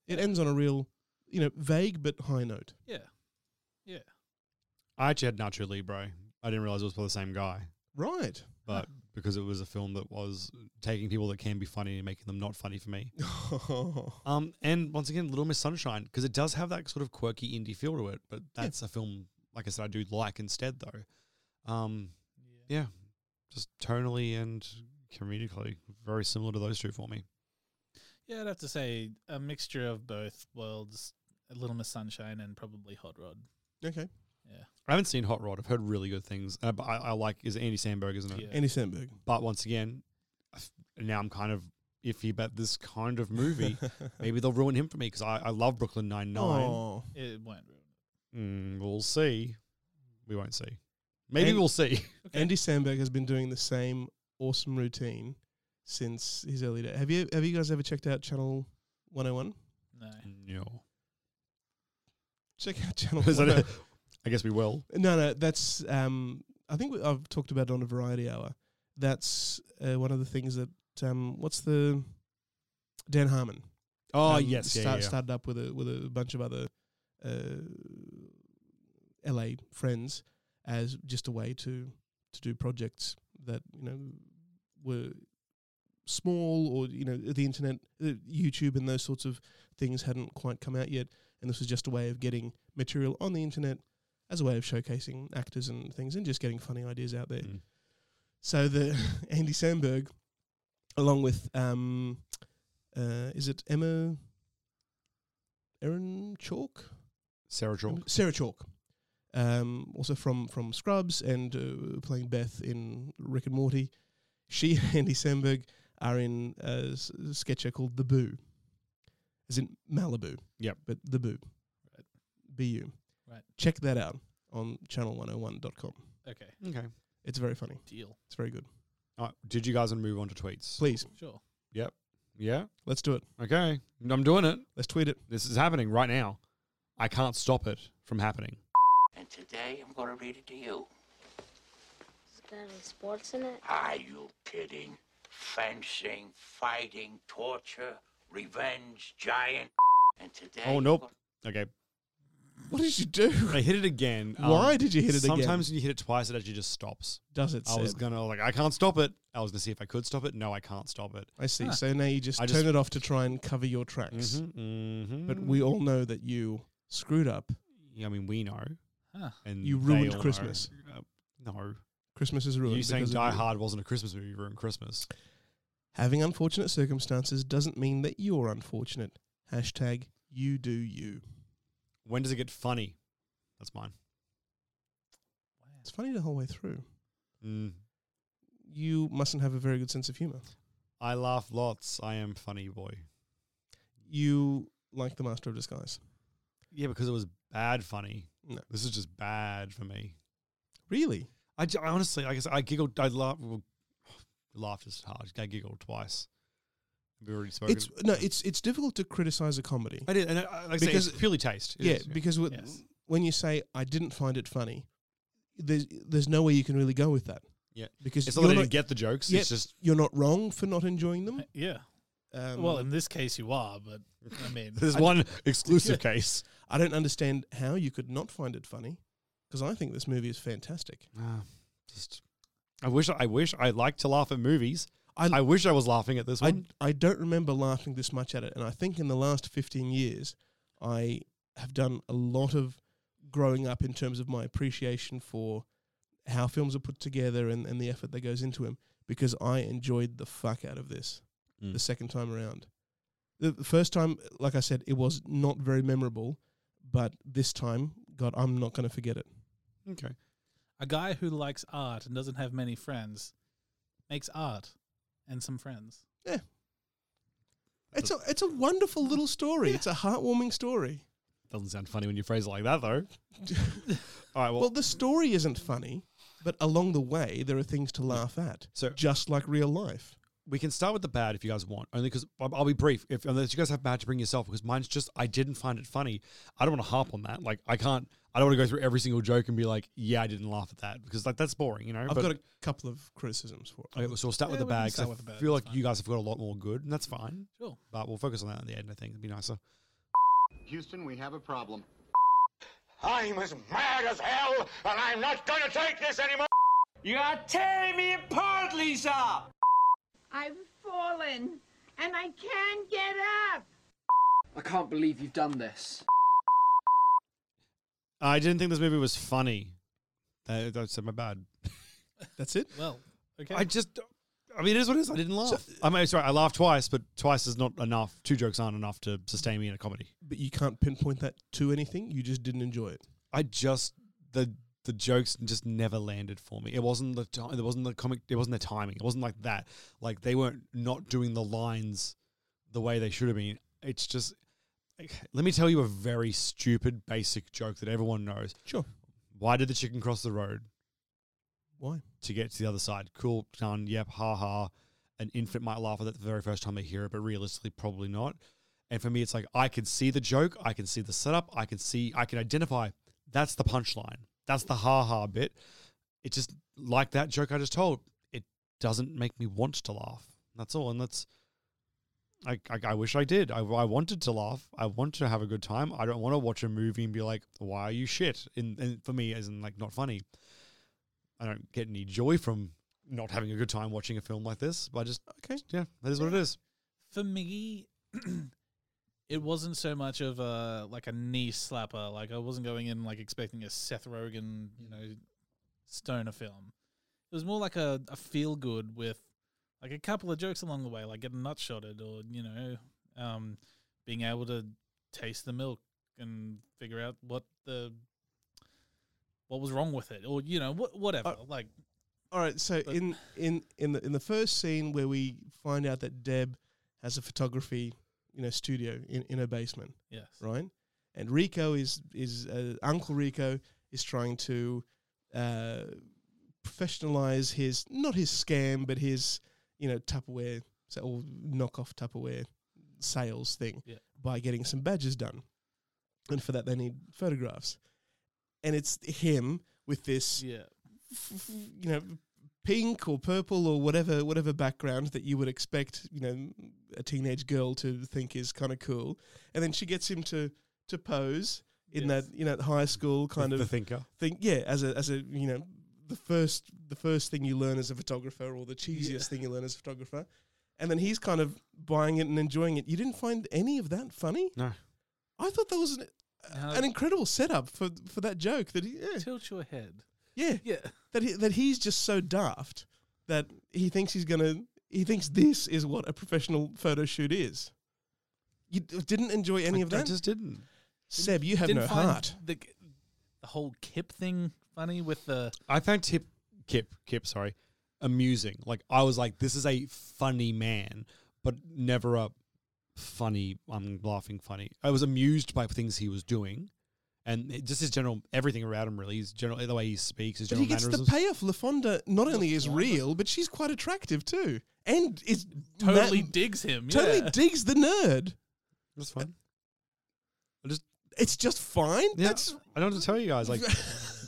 Speaker 10: It ends on a real, you know, vague but high note.
Speaker 9: Yeah. Yeah.
Speaker 8: I actually had Nacho Libre. I didn't realize it was by the same guy.
Speaker 10: Right.
Speaker 8: But because it was a film that was taking people that can be funny and making them not funny for me. um, and once again, Little Miss Sunshine, because it does have that sort of quirky indie feel to it. But that's a film, like I said, I do like instead though. Um, yeah. just tonally and comedically, very similar to those two for me.
Speaker 9: Yeah, I'd have to say a mixture of both worlds, a Little Miss Sunshine and probably Hot Rod.
Speaker 10: Okay.
Speaker 8: I haven't seen Hot Rod. I've heard really good things. Uh, but I, I like is it Andy Sandberg, isn't it?
Speaker 10: Yeah. Andy Samberg.
Speaker 8: But once again, I f- now I'm kind of iffy about this kind of movie. Maybe they'll ruin him for me because I, I love Brooklyn Nine Nine.
Speaker 10: Oh.
Speaker 9: It won't ruin
Speaker 8: Mm, we'll see. We won't see. Maybe we'll see.
Speaker 10: Andy Sandberg has been doing the same awesome routine since his early days. Have you have you guys ever checked out Channel 101?
Speaker 9: No.
Speaker 10: Mm.
Speaker 8: No.
Speaker 10: Check out Channel
Speaker 8: Is that
Speaker 10: 101.
Speaker 8: it? I guess we will.
Speaker 10: No, no, that's. Um, I think we, I've talked about it on a variety hour. That's uh, one of the things that. Um, what's the Dan Harmon?
Speaker 8: Oh,
Speaker 10: um,
Speaker 8: yes, yeah,
Speaker 10: start-
Speaker 8: yeah.
Speaker 10: started up with a with a bunch of other uh, L.A. friends as just a way to to do projects that you know were small or you know the internet uh, youtube and those sorts of things hadn't quite come out yet and this was just a way of getting material on the internet as a way of showcasing actors and things and just getting funny ideas out there
Speaker 8: Mm.
Speaker 10: so the andy samberg along with um uh is it emma erin chalk
Speaker 8: Sarah Chalk.
Speaker 10: Sarah Chalk, um, also from from Scrubs and uh, playing Beth in Rick and Morty. She and Andy Samberg are in a s- sketch show called The Boo, as in Malibu.
Speaker 8: Yep.
Speaker 10: but The Boo,
Speaker 9: Right.
Speaker 10: B-U.
Speaker 9: Right.
Speaker 10: Check that out on channel101.com.
Speaker 9: Okay.
Speaker 8: Okay.
Speaker 10: It's very funny.
Speaker 9: Deal.
Speaker 10: It's very good.
Speaker 8: All right, did you guys want to move on to tweets?
Speaker 10: Please.
Speaker 9: Sure.
Speaker 8: Yep. Yeah.
Speaker 10: Let's do it.
Speaker 8: Okay. I'm doing it.
Speaker 10: Let's tweet it.
Speaker 8: This is happening right now. I can't stop it from happening.
Speaker 17: And today I'm going to read it to you.
Speaker 18: Is there any sports in it?
Speaker 17: Are you kidding? Fencing, fighting, torture, revenge, giant. And today.
Speaker 8: Oh nope. Okay.
Speaker 10: What did you do?
Speaker 8: I hit it again. um,
Speaker 10: Why did you hit it again?
Speaker 8: Sometimes when you hit it twice, it actually just stops.
Speaker 10: Does it,
Speaker 8: I was
Speaker 10: Seb?
Speaker 8: gonna like I can't stop it. I was gonna see if I could stop it. No, I can't stop it.
Speaker 10: I see. So now you just turn it off to try and cover your tracks.
Speaker 8: Mm-hmm.
Speaker 10: But
Speaker 8: Mm.
Speaker 10: we all know that you screwed up.
Speaker 8: Yeah, I mean we know.
Speaker 9: Huh.
Speaker 8: And
Speaker 10: You
Speaker 8: they
Speaker 10: ruined
Speaker 8: all know.
Speaker 10: Christmas.
Speaker 8: Uh, no.
Speaker 10: Christmas is ruined
Speaker 8: You saying
Speaker 10: because of
Speaker 8: Die
Speaker 10: you.
Speaker 8: Hard wasn't a Christmas movie ruined Christmas.
Speaker 10: Having unfortunate circumstances doesn't mean that you're unfortunate. Hashtag you do you.
Speaker 8: When does it get funny? That's mine.
Speaker 10: It's funny the whole way through.
Speaker 8: Mm.
Speaker 10: You mustn't have a very good sense of humor.
Speaker 8: I laugh lots. I am funny boy.
Speaker 10: You like the master of disguise.
Speaker 8: Yeah, because it was bad funny. No. This is just bad for me.
Speaker 10: Really?
Speaker 8: I, j- I honestly, like I guess I giggled. I laughed. Well, laughed is hard. I giggled twice. We already spoken.
Speaker 10: It's no, it's it's difficult to criticize a comedy.
Speaker 8: I did, and I, like I say,
Speaker 10: Because-
Speaker 8: it's purely taste. It
Speaker 10: yeah,
Speaker 8: is,
Speaker 10: because with,
Speaker 8: Yes.
Speaker 10: when you say I didn't find it funny, there's there's no way you can really go with that.
Speaker 8: Yeah.
Speaker 10: because
Speaker 8: It's not
Speaker 10: you're
Speaker 8: that I didn't get the jokes,
Speaker 10: yeah,
Speaker 8: it's just-
Speaker 10: you're not wrong for not enjoying them.
Speaker 9: Uh, Yeah.
Speaker 10: Um,
Speaker 9: well, in this case, you are, but I mean,
Speaker 10: I-
Speaker 9: Yeah.
Speaker 10: case. I don't understand how you could not find it funny, because I think this movie is fantastic.
Speaker 8: just I wish. I wish. I like to laugh at movies. I, wish I was laughing at this
Speaker 10: I,
Speaker 8: one.
Speaker 10: I don't remember laughing this much at it. And I think in the last 15 years, I have done a lot of growing up in terms of my appreciation for how films are put together and, and the effort that goes into them because I enjoyed the fuck out of this the second time around. The the first time, like I said, it was not very memorable, but this time, God, I'm not going to forget it.
Speaker 8: Okay.
Speaker 9: A guy who likes art and doesn't have many friends makes art and some friends.
Speaker 10: Yeah. It's a, it's a wonderful little story. It's a heartwarming story.
Speaker 8: Doesn't sound funny when you phrase it like that, though. All right. Well,
Speaker 10: Well, the story isn't funny, but along the way, there are things to laugh at.
Speaker 8: So
Speaker 10: just like real life,
Speaker 8: we can start with the bad if you guys want. Only because I'll I'll be brief. If unless you guys have bad to bring yourself, because mine's just I didn't find it funny. I don't want to harp on that. Like I can't. I don't want to go through every single joke and be like, yeah, I didn't laugh at that because like that's boring, you know.
Speaker 10: I've
Speaker 8: But-
Speaker 10: got a couple of criticisms for it.
Speaker 8: Okay, well, so we'll start with the
Speaker 10: Yeah, we can
Speaker 8: bad. 'cause
Speaker 10: start
Speaker 8: I
Speaker 10: with the bad,
Speaker 8: feel
Speaker 10: that's
Speaker 8: like you guys have got a lot more good, and that's fine.
Speaker 9: Sure.
Speaker 8: But we'll focus on that at the end. I think it'd be nicer.
Speaker 19: Houston, we have a problem.
Speaker 16: I'm as mad as hell, and I'm not gonna take this anymore! You are tearing me apart, Lisa!
Speaker 5: I've fallen and I can't get up.
Speaker 20: I can't believe you've done this.
Speaker 8: I didn't think this movie was funny. That, that's my bad.
Speaker 10: That's it.
Speaker 9: Well, okay.
Speaker 8: I just. I mean, it is what it is. I didn't laugh.
Speaker 10: uh,
Speaker 8: I mean, sorry, I laughed twice, but twice is not enough. Two jokes aren't enough to sustain me in a comedy.
Speaker 10: But you can't pinpoint that to anything. You just didn't enjoy it.
Speaker 8: I just the the jokes just never landed for me. It wasn't the time. It wasn't the comic. It wasn't the timing. It wasn't like that. Like they weren't not doing the lines the way they should have been. It's just. Let me tell you a very stupid, basic joke that everyone knows.
Speaker 10: Sure.
Speaker 8: Why did the chicken cross the road?
Speaker 10: Why?
Speaker 8: To get to the other side. Cool, done. Yep, ha ha. An infant might laugh at that the very first time they hear it, but realistically, probably not. And for me, it's like I can see the joke, I can see the setup, I can see, I can identify. That's the punchline. That's the ha ha bit. It just like that joke I just told. It doesn't make me want to laugh. That's all. And that's I, I, I wish I did. I, I wanted to laugh. I want to have a good time. I don't want to watch a movie and be like, why are you shit? And, and for me, as in like not funny. I don't get any joy from not having a good time watching a film like this. But I just
Speaker 10: okay,
Speaker 8: yeah, that is what it is.
Speaker 9: For me, it wasn't so much of a like a knee slapper. Like I wasn't going in like expecting a Seth Rogen, you know, stoner film. It was more like a, a feel good with like a couple of jokes along the way, like getting nut shotted or you know, um, being able to taste the milk and figure out what the what was wrong with it, or you know, what whatever. like
Speaker 10: All right. So in in in the in the first scene where we find out that Deb has a photography, you know, studio in in her basement.
Speaker 9: Yes.
Speaker 10: Right. And Rico is is uh, Uncle Rico is trying to uh, professionalize his not his scam but his you know Tupperware so or knockoff Tupperware sales thing
Speaker 9: Yeah.
Speaker 10: by getting some badges done, and for that they need photographs, and it's him with this
Speaker 9: yeah
Speaker 10: you know pink or purple or whatever whatever background that you would expect you know a teenage girl to think is kind of cool and then she gets him to to pose in that you know high school kind
Speaker 8: The-
Speaker 10: of
Speaker 8: the thinker.
Speaker 10: think yeah as a as a you know the first the first thing you learn as a photographer or the cheesiest thing you learn as a photographer and then he's kind of buying it and enjoying it you didn't find any of that funny
Speaker 8: no
Speaker 10: i thought that was an, an incredible setup for for that joke that he yeah.
Speaker 9: tilt your head.
Speaker 10: Yeah,
Speaker 9: yeah.
Speaker 10: That he, that he's just so daft that he thinks he's gonna. He thinks this is what a professional photo shoot is. You d- didn't enjoy any
Speaker 9: I-
Speaker 10: of
Speaker 9: I
Speaker 10: that.
Speaker 9: just
Speaker 8: didn't.
Speaker 10: Seb, you have
Speaker 9: Didn't
Speaker 10: no
Speaker 9: find
Speaker 10: heart.
Speaker 9: The, the whole Kip thing funny with the
Speaker 8: I found Tip Kip Kip sorry amusing. Like I was like, this is a funny man, but never a funny. I'm laughing funny. I was amused by things he was doing, and it- just his general everything around him. Really, his general the way he speaks, his
Speaker 10: But
Speaker 8: general
Speaker 10: he gets the
Speaker 8: mannerisms.
Speaker 10: payoff. LaFonda not only is real, but she's quite attractive too, and is
Speaker 9: Totally digs him,
Speaker 10: Totally
Speaker 9: yeah.
Speaker 10: digs the nerd.
Speaker 8: That's fine. just
Speaker 10: it's just fine.
Speaker 8: That's I don't have to tell you guys. Like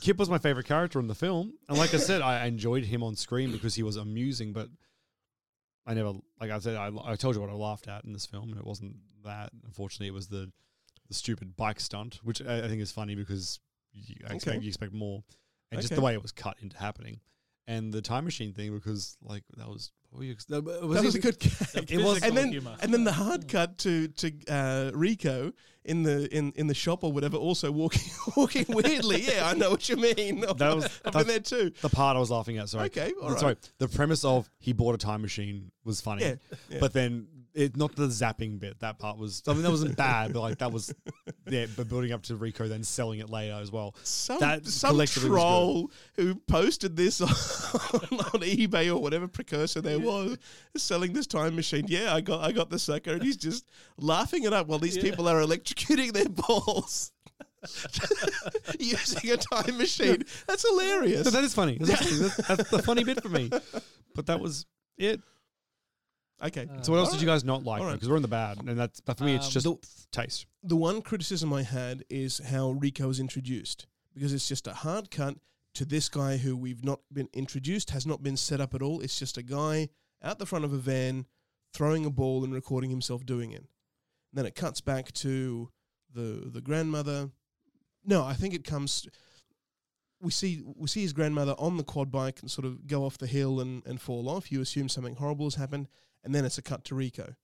Speaker 8: Kip was my favorite character in the film, and like I said, I I enjoyed him on screen because he was amusing. But I never, like I said, I, I told you what I laughed at in this film, and it wasn't that. Unfortunately, it was the the stupid bike stunt, which I, I think is funny because you, I expect
Speaker 11: Okay.
Speaker 8: you expect more, and just the
Speaker 11: Okay.
Speaker 8: way it was cut into happening, and the time machine thing because like that was. what were you ex- That
Speaker 10: that was a good gag.
Speaker 8: It was,
Speaker 10: and then and then the hard cut to to uh, Rico in the in, in the shop or whatever, also walking walking weirdly. Yeah, I know what you mean.
Speaker 8: that was
Speaker 10: I've
Speaker 8: that's
Speaker 10: been there too.
Speaker 8: The part I was laughing at. Sorry.
Speaker 10: Okay, all right.
Speaker 8: Sorry. The premise of he bought a time machine was funny,
Speaker 10: Yeah, yeah.
Speaker 8: but then it not the zapping bit. That part was. I mean, that wasn't bad, but like that was. Yeah, but building up to Rico, then selling it later as well.
Speaker 10: Some
Speaker 8: that
Speaker 10: some
Speaker 8: collectively was good.
Speaker 10: troll who posted this on, on eBay or whatever precursor there was is selling this time machine. Yeah, I got I got the sucker, and he's just laughing it up while these
Speaker 9: Yeah.
Speaker 10: people are electrocuting their balls. Using a time machine. That's hilarious.
Speaker 8: But that is funny. That's, actually- that's- that's the funny bit for me. But that was it.
Speaker 10: Okay.
Speaker 8: So what else
Speaker 10: Uh, All
Speaker 8: did you
Speaker 10: right.
Speaker 8: guys not like?
Speaker 10: All right.
Speaker 8: Because we're in the bad, and that's but for me, it's
Speaker 10: Um,
Speaker 8: just
Speaker 10: the-
Speaker 8: taste.
Speaker 10: the one criticism I had is how Rico is introduced because it's just a hard cut to this guy who we've not been introduced, has not been set up at all. It's just a guy out the front of a van throwing a ball and recording himself doing it. then it cuts back to the the grandmother. No, I think it comes. We see we see his grandmother on the quad bike and sort of go off the hill and, and fall off. You assume something horrible has happened, and then it's a cut to Rico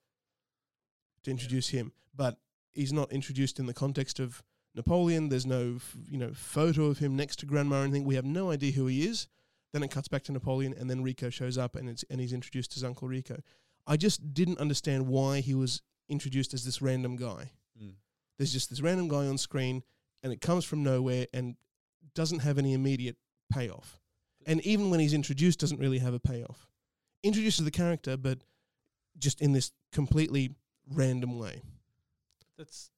Speaker 10: to introduce him, but he's not introduced in the context of Napoleon. There's no f- you know photo of him next to grandma or anything. We have no idea who he is. Then it cuts back to Napoleon, and then Rico shows up, and it's and he's introduced as Uncle Rico. I just didn't understand why he was introduced as this random guy.
Speaker 8: Mm.
Speaker 10: There's just this random guy on screen, and it comes from nowhere and doesn't have any immediate payoff. And even when he's introduced, doesn't really have a payoff. Introduces the character, but just in this completely random way.
Speaker 9: That's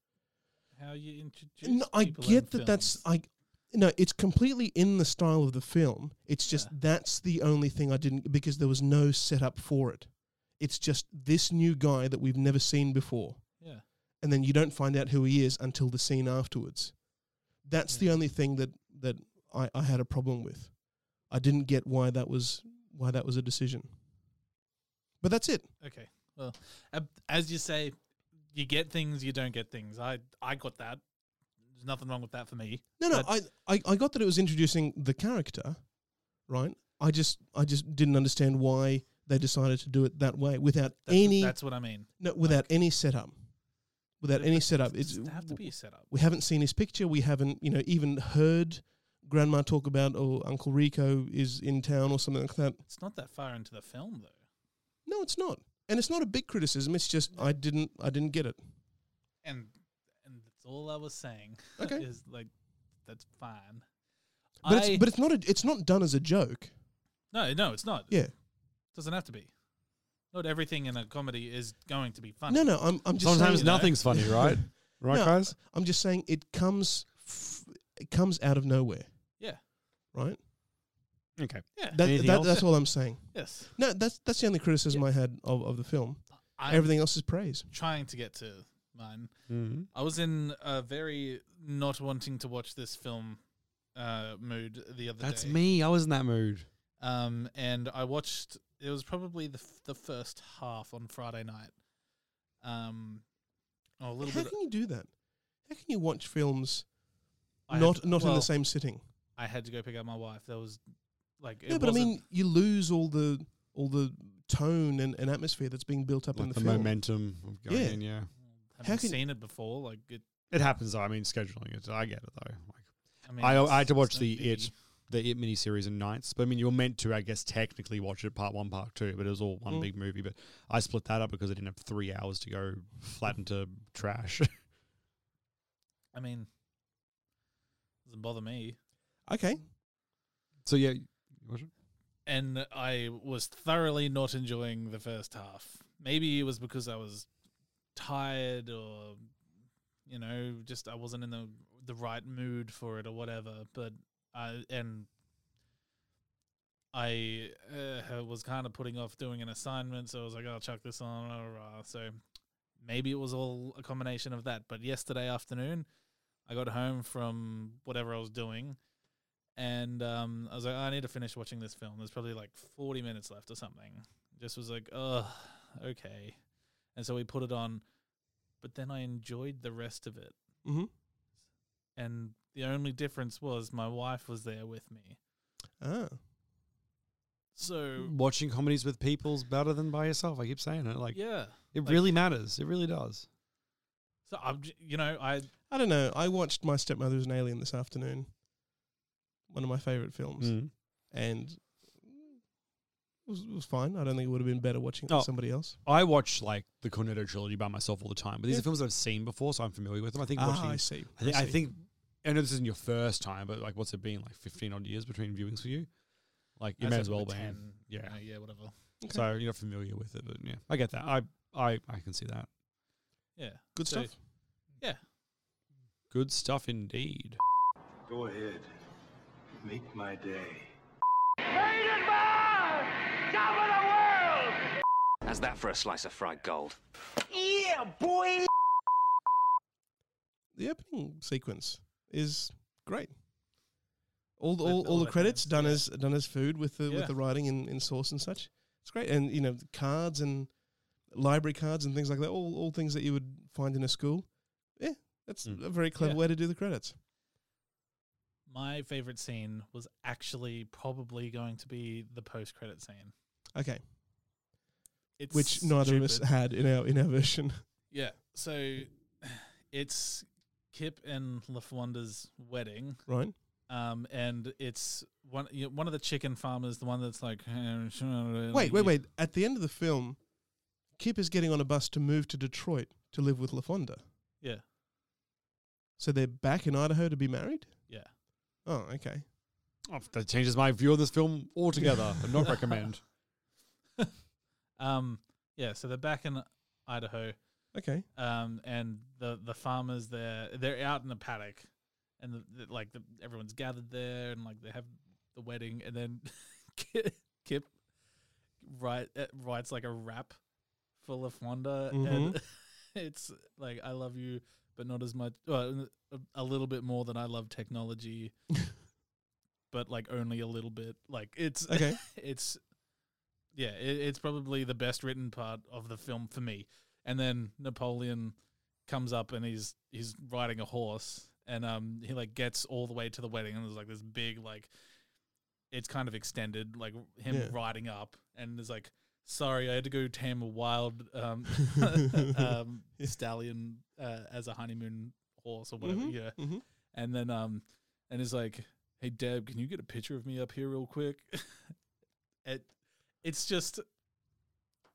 Speaker 9: how you introduce.
Speaker 10: No, I
Speaker 9: people
Speaker 10: get
Speaker 9: in
Speaker 10: that that's I no, it's completely in the style of the film. It's just that's the only thing I didn't because there was no setup for it. It's just this new guy that we've never seen before.
Speaker 9: Yeah.
Speaker 10: And then you don't find out who he is until the scene afterwards. That's
Speaker 9: Hmm.
Speaker 10: the only thing that that I, I had a problem with. I didn't get why that was why that was a decision. But that's it.
Speaker 9: Okay. Well, ab- as you say, you get things, you don't get things. I I got that. There's nothing wrong with that for me.
Speaker 10: No, no,
Speaker 9: But
Speaker 10: I, I, I got that it was introducing the character, right? I just I just didn't understand why they decided to do it that way without
Speaker 9: that's,
Speaker 10: any
Speaker 9: That's what I mean.
Speaker 10: no without any setup, without
Speaker 9: But-
Speaker 10: any
Speaker 9: but
Speaker 10: setup.
Speaker 9: it
Speaker 10: It's
Speaker 9: doesn't have to be a setup.
Speaker 10: We haven't seen his picture. We haven't you know even heard Grandma talk about or Uncle Rico is in town or something like that.
Speaker 9: It's not that far into the film though.
Speaker 10: No, it's not, and it's not a big criticism. It's just I didn't I didn't get it.
Speaker 9: And and that's all I was saying.
Speaker 10: Okay.
Speaker 9: is like that's fine.
Speaker 10: But
Speaker 9: I-
Speaker 10: it's but it's not a, it's not done as a joke.
Speaker 9: no, no, it's not.
Speaker 10: Yeah.
Speaker 9: Doesn't have to be. Not everything in a comedy is going to be funny.
Speaker 10: No, no, I'm, I'm just
Speaker 8: Sometimes
Speaker 10: saying-
Speaker 8: nothing's funny, right? Right, guys?
Speaker 10: I'm just saying it comes, f- it comes out of nowhere,
Speaker 9: Yeah.
Speaker 10: right?
Speaker 8: Okay.
Speaker 9: Yeah.
Speaker 10: That,
Speaker 9: Anything
Speaker 10: that,
Speaker 9: else?
Speaker 10: that's all I'm saying.
Speaker 9: Yes.
Speaker 10: No, that's that's the only criticism I had of, of the film.
Speaker 9: I'm-
Speaker 10: Everything else is praise.
Speaker 9: trying to get to mine.
Speaker 8: Mm-hmm.
Speaker 10: Mhm.
Speaker 9: I was in a very not wanting to watch this film uh, mood the other
Speaker 8: That's
Speaker 9: day.
Speaker 8: me. I was in that mood.
Speaker 9: Um, and I watched. It was probably the f- the first half on Friday night. Um, oh, a little
Speaker 10: How
Speaker 9: bit.
Speaker 10: can you do that? How can you watch films
Speaker 9: I
Speaker 10: not
Speaker 9: had-
Speaker 10: not in
Speaker 9: well,
Speaker 10: the same sitting?
Speaker 9: I had to go pick up my wife. There was like it
Speaker 10: No, but I
Speaker 9: wasn't-
Speaker 10: mean, you lose all the all the tone and, and atmosphere that's being built up in
Speaker 8: Like
Speaker 10: the,
Speaker 8: the
Speaker 10: film.
Speaker 8: momentum of going
Speaker 10: Yeah.
Speaker 8: in, yeah.
Speaker 10: how
Speaker 9: haven't
Speaker 10: can-
Speaker 9: seen it before. Like it.
Speaker 8: It happens though. I mean, scheduling it. I get it though. Like,
Speaker 9: I
Speaker 8: I,
Speaker 9: mean,
Speaker 8: I,
Speaker 9: it's-
Speaker 8: had to
Speaker 9: it's
Speaker 8: watch
Speaker 9: no
Speaker 8: the
Speaker 9: biggie.
Speaker 8: it the it miniseries in nights, but I mean, you were meant to, I guess, technically watch it part one, part two, but it was all one
Speaker 10: Mm.
Speaker 8: big movie. But I split that up because I didn't have three hours to go flat into trash.
Speaker 9: I mean, doesn't bother me.
Speaker 10: Okay,
Speaker 8: so yeah,
Speaker 9: and I was thoroughly not enjoying the first half. Maybe it was because I was tired or you know, just I wasn't in the the right mood for it or whatever. But I and I uh, was kind of putting off doing an assignment, so I was like, "I'll chuck this on." Rah, rah, rah. So maybe it was all a combination of that. But yesterday afternoon, I got home from whatever I was doing, and um, I was like, "I need to finish watching this film." There's probably like 40 minutes left or something. Just was like, "Oh, okay," and so we put it on. But then I enjoyed the rest of it.
Speaker 10: Mm-hmm.
Speaker 9: And the only difference was my wife was there with me.
Speaker 10: Oh.
Speaker 9: So
Speaker 10: Mm,
Speaker 8: watching comedies with people's better than by yourself. I keep saying it. Like
Speaker 9: yeah,
Speaker 8: it
Speaker 9: like-
Speaker 8: really matters. It really does.
Speaker 9: So I'm, j- you know, I
Speaker 10: I don't know. I watched My Stepmother is an Alien this afternoon. One of my favorite
Speaker 9: Hmm.
Speaker 10: films.
Speaker 8: Mm.
Speaker 10: And it was, it was fine. I don't think it would have been better watching it
Speaker 8: Oh.
Speaker 10: with somebody else.
Speaker 8: I watch like the Cornetto trilogy by myself all the time, but these
Speaker 10: Yeah.
Speaker 8: are films that I've seen before, so I'm familiar with them. I think
Speaker 10: Ah,
Speaker 8: watching.
Speaker 10: I see.
Speaker 8: I think,
Speaker 10: I
Speaker 8: I,
Speaker 10: see.
Speaker 8: think. I know this isn't your first time, but like, what's it been like? Fifteen odd years between viewings for you. Like, it
Speaker 9: I
Speaker 8: may
Speaker 9: said
Speaker 8: as well be.
Speaker 9: 10,
Speaker 8: Yeah.
Speaker 9: you know, yeah, whatever.
Speaker 8: So you're not familiar with it, but yeah, I get that. I I I can see that.
Speaker 9: Yeah,
Speaker 10: Good
Speaker 9: So-
Speaker 10: stuff.
Speaker 9: Yeah,
Speaker 8: Good stuff indeed.
Speaker 1: Go ahead. Make my day.
Speaker 21: How's that for a slice of fried gold?
Speaker 16: Yeah, boy.
Speaker 10: The opening sequence is great. All the,
Speaker 9: With
Speaker 10: all,
Speaker 9: all
Speaker 10: all the
Speaker 9: the
Speaker 10: credits
Speaker 9: hands,
Speaker 10: done
Speaker 9: yeah.
Speaker 10: as done as food with the
Speaker 9: Yeah.
Speaker 10: with the writing in, in source and such. It's great. And you know, the cards and library cards and things like that, all all things that you would find in a school. Yeah. That's
Speaker 9: Mm.
Speaker 10: a very clever
Speaker 9: Yeah.
Speaker 10: way to do the credits.
Speaker 9: my favorite scene was actually probably going to be the post-credit scene.
Speaker 10: Okay.
Speaker 9: It's
Speaker 10: Which neither of us
Speaker 9: stupid.
Speaker 10: had in our in our version.
Speaker 9: Yeah. So it's Kip and LaFonda's wedding.
Speaker 10: Right.
Speaker 9: Um, and it's one you know, one of the chicken farmers, the one that's like, wait,
Speaker 10: Wait, wait, wait. At the end of the film, Kip is getting on a bus to move to Detroit to live with LaFonda.
Speaker 9: Yeah.
Speaker 10: So they're back in Idaho to be married?
Speaker 9: Yeah.
Speaker 10: Oh, okay.
Speaker 8: Oh, that changes my view of this film altogether. but not recommend.
Speaker 9: Um, yeah. So they're back in Idaho.
Speaker 10: Okay.
Speaker 9: Um, and the the farmers there, they're out in the paddock, and the, the, like the, everyone's gathered there, and like they have the wedding, and then Ki- Kip write, uh, writes like a rap for LaFonda, and
Speaker 10: Mhm.
Speaker 9: it's like I love you, but not as much, well, a, a little bit more than I love technology, but like only a little bit. Like it's
Speaker 10: Okay.
Speaker 9: it's yeah, it, it's probably the best written part of the film for me. And then Napoleon comes up and he's he's riding a horse and um he like gets all the way to the wedding and there's like this big like it's kind of extended like him
Speaker 10: Yeah.
Speaker 9: riding up and there's like sorry I had to go tame a wild um, um stallion uh, as a honeymoon horse or whatever
Speaker 10: Mhm,
Speaker 9: yeah
Speaker 10: mhm.
Speaker 9: and then um and he's like hey Deb can you get a picture of me up here real quick it it's just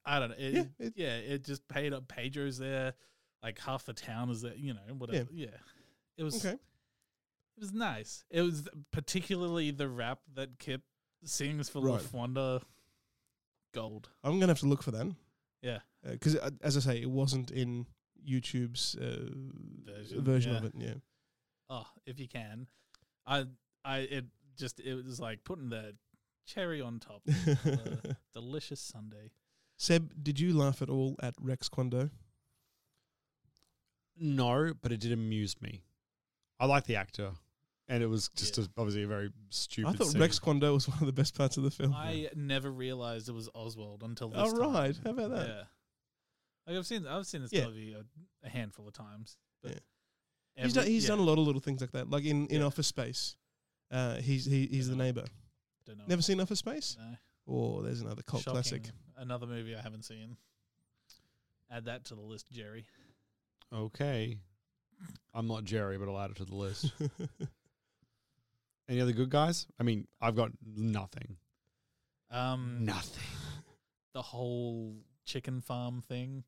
Speaker 9: I don't know. It, yeah,
Speaker 10: Yeah,
Speaker 9: it,
Speaker 10: it-
Speaker 9: just paid up. Pedro's there, like half the town is there. You know, whatever. Yeah, it was.
Speaker 10: Okay.
Speaker 9: It was nice. It was particularly the rap that Kip sings for
Speaker 10: Right.
Speaker 9: LaFonda. Gold.
Speaker 10: I'm going to have to look for that.
Speaker 9: Yeah.
Speaker 10: Because, uh, as I say, it wasn't in YouTube's uh,
Speaker 9: Version,
Speaker 10: version, of
Speaker 9: yeah.
Speaker 10: it. Yeah.
Speaker 9: Oh, if you can, I I it just it was like putting the cherry on top. of a delicious Sunday.
Speaker 10: Seb, did you laugh at all at Rex Kondo?
Speaker 8: No, but it did amuse me. I like the actor, and it was just a, obviously a very stupid.
Speaker 10: I thought
Speaker 8: scene.
Speaker 10: Rex Kondo was one of the best parts of the film.
Speaker 9: I never realized it was Oswald until this.
Speaker 10: Oh,
Speaker 9: time.
Speaker 10: right. How about that?
Speaker 9: Yeah. Like I've seen I've seen this
Speaker 10: Yeah.
Speaker 9: movie a, a handful of times. But
Speaker 10: he's
Speaker 9: every-
Speaker 10: done, he's
Speaker 9: yeah,
Speaker 10: done a lot of little things like that. Like in, in Office Space, uh, he's he, he's the neighbor.
Speaker 9: Don't know.
Speaker 10: Never seen Office Space?
Speaker 9: No.
Speaker 10: Oh, there's another cult
Speaker 9: Shocking.
Speaker 10: classic.
Speaker 9: Another movie I haven't seen. Add that to the list, Jerry.
Speaker 8: Okay, I'm not Jerry, but I'll add it to the list. Any other good guys? I mean, I've got nothing.
Speaker 9: Um,
Speaker 8: Nothing.
Speaker 9: The whole chicken farm thing.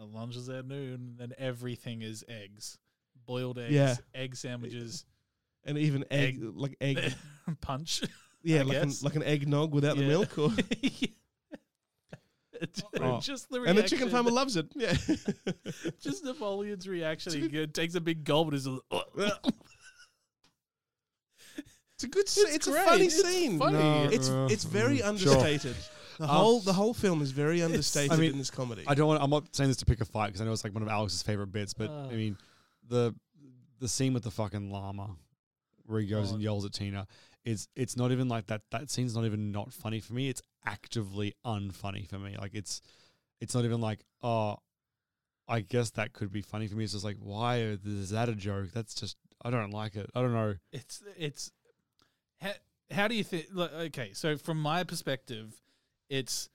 Speaker 9: Uh, lunch is at noon, and everything is eggs, boiled eggs,
Speaker 10: Yeah.
Speaker 9: egg sandwiches,
Speaker 10: And even egg, like egg,
Speaker 9: punch.
Speaker 10: yeah,
Speaker 9: I
Speaker 10: like an,
Speaker 9: guess.
Speaker 10: like an eggnog without the
Speaker 9: Yeah.
Speaker 10: milk. Or
Speaker 9: Oh. Just the
Speaker 10: and the chicken
Speaker 9: reaction.
Speaker 10: farmer loves it. Yeah.
Speaker 9: Just Napoleon's reaction. He go- takes a big gulp and is like,
Speaker 10: It's a good. It's,
Speaker 9: It's
Speaker 10: it's a
Speaker 9: great.
Speaker 10: funny
Speaker 9: It's
Speaker 10: scene.
Speaker 9: funny. No,
Speaker 10: it's
Speaker 9: uh,
Speaker 10: it's very
Speaker 9: sure.
Speaker 10: understated. The
Speaker 8: Um,
Speaker 10: whole the whole film is very
Speaker 8: It's-
Speaker 10: understated
Speaker 8: I mean,
Speaker 10: in this comedy.
Speaker 8: I don't. Want, I'm not saying this to pick a fight because I know it's like one of Alex's favorite bits, but
Speaker 10: Uh.
Speaker 8: I mean, the the scene with the fucking llama where he goes and yells at Tina is it's not even like that. That scene's not even not funny for me. It's actively unfunny for me. Like it's it's not even like oh, I guess that could be funny for me. It's just like why is that a joke? That's just I don't like it. I don't know.
Speaker 9: it's it's how, how do you think like, okay so from my perspective it's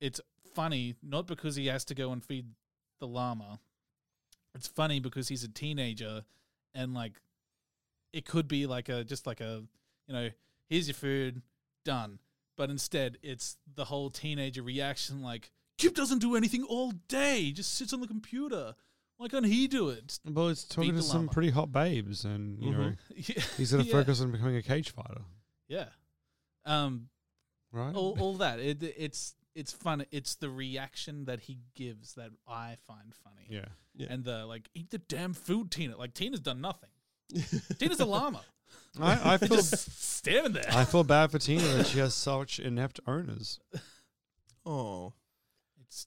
Speaker 9: it's funny not because he has to go and feed the llama it's funny because he's a teenager and like it could be like a just like a you know here's your food done but instead it's the whole teenager reaction like Kip doesn't do anything all day he just sits on the computer why can't he do it
Speaker 8: Well, it's talking
Speaker 9: Beat
Speaker 8: to
Speaker 9: the
Speaker 8: some Mm-hmm.
Speaker 9: llama.
Speaker 8: pretty hot babes, and you know
Speaker 9: Yeah.
Speaker 8: he's going to
Speaker 9: Yeah.
Speaker 8: focus on becoming a cage fighter,
Speaker 9: Yeah. Um,
Speaker 8: right?
Speaker 9: all, all that. It, it's it's fun. It's the reaction that he gives that I find funny.
Speaker 8: Yeah.
Speaker 10: Yeah.
Speaker 9: And the like, eat the damn food, Tina. Like Tina's done nothing. Tina's a llama.
Speaker 8: I- I feel-
Speaker 9: just standing there.
Speaker 8: I feel bad for Tina that she has such inept owners.
Speaker 10: Oh.
Speaker 9: It's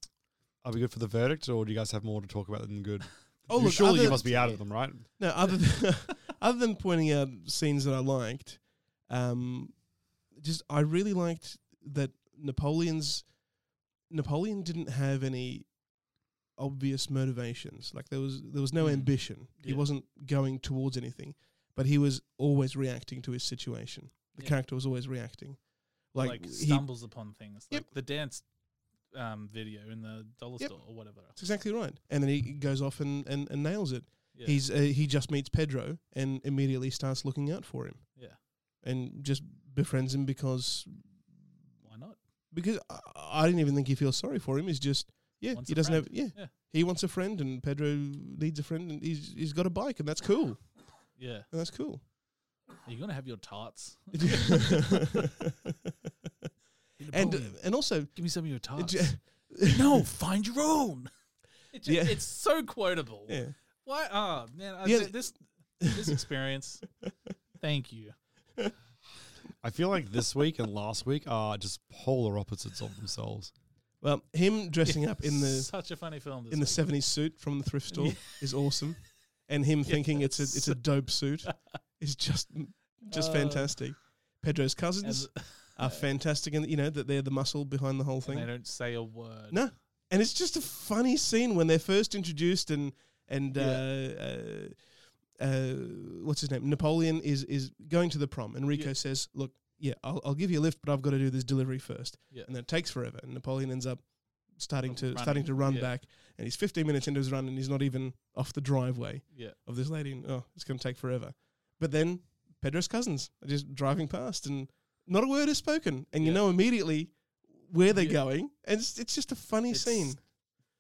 Speaker 8: Are we good for the verdict, or do you guys have more to talk about than good?
Speaker 10: Oh,
Speaker 8: You-
Speaker 10: look,
Speaker 8: surely you
Speaker 10: other-
Speaker 8: must be out of them, right?
Speaker 10: No, other than, other than pointing out scenes that I liked, um, just I really liked that Napoleon's Napoleon didn't have any obvious motivations. Like there was there was no
Speaker 9: Mm.
Speaker 10: ambition. He
Speaker 9: Yeah.
Speaker 10: wasn't going towards anything, but he was always reacting to his situation. The
Speaker 9: Yeah.
Speaker 10: character was always reacting. Like,
Speaker 9: like
Speaker 10: he-
Speaker 9: stumbles upon things. Like the dance um, video in the dollar
Speaker 10: Yep.
Speaker 9: store or whatever.
Speaker 10: That's exactly right. And then he goes off and, and, and nails it.
Speaker 9: Yeah.
Speaker 10: He's uh, he just meets Pedro and immediately starts looking out for him.
Speaker 9: Yeah.
Speaker 10: and just befriends him because
Speaker 9: Why not?
Speaker 10: because I, I didn't even think he feels sorry for him. He's just yeah,
Speaker 9: Wants
Speaker 10: he
Speaker 9: a
Speaker 10: doesn't
Speaker 9: friend.
Speaker 10: have yeah.
Speaker 9: Yeah.
Speaker 10: He wants a friend, and Pedro needs a friend, and he's he's got a bike, and that's cool.
Speaker 9: Yeah.
Speaker 10: And that's cool.
Speaker 9: Are you gonna have your tarts?
Speaker 10: and
Speaker 9: Napoleon.
Speaker 10: and also
Speaker 9: give me some of your tarts.
Speaker 10: no,
Speaker 9: find your own. It just,
Speaker 10: Yeah.
Speaker 9: It's so quotable.
Speaker 10: Yeah.
Speaker 9: Why? Oh man, I,
Speaker 10: Yeah.
Speaker 9: th- this this experience. thank you.
Speaker 8: I feel like this week and last week are just polar opposites of themselves.
Speaker 10: Well, him dressing up in the
Speaker 9: Such a funny film. This
Speaker 10: in the
Speaker 9: week.
Speaker 10: seventies suit from the thrift store is awesome, and him thinking it's a it's a dope suit is just just
Speaker 9: Uh,
Speaker 10: fantastic. Pedro's cousins are fantastic, and you know that they're the muscle behind the whole
Speaker 9: And they
Speaker 10: thing.
Speaker 9: don't say a word.
Speaker 10: No, and it's just a funny scene when they're first introduced, and and
Speaker 9: Yeah.
Speaker 10: uh, uh, uh, what's his name? Napoleon is is going to the prom, and Rico
Speaker 9: Yeah.
Speaker 10: says, "Look, yeah, I'll, I'll give you a lift, but I've got to do this delivery first.
Speaker 9: Yeah.
Speaker 10: and that takes forever. And Napoleon ends up starting to
Speaker 9: Running,
Speaker 10: starting to run
Speaker 9: yeah.
Speaker 10: back, and he's 15 minutes into his run, and he's not even off the driveway
Speaker 9: Yeah.
Speaker 10: of this lady. And oh, it's going to take forever. But then Pedro's cousins are just driving past, and not a word is spoken, and you know immediately where they're going, and it's, it's just a funny
Speaker 9: It's-
Speaker 10: scene.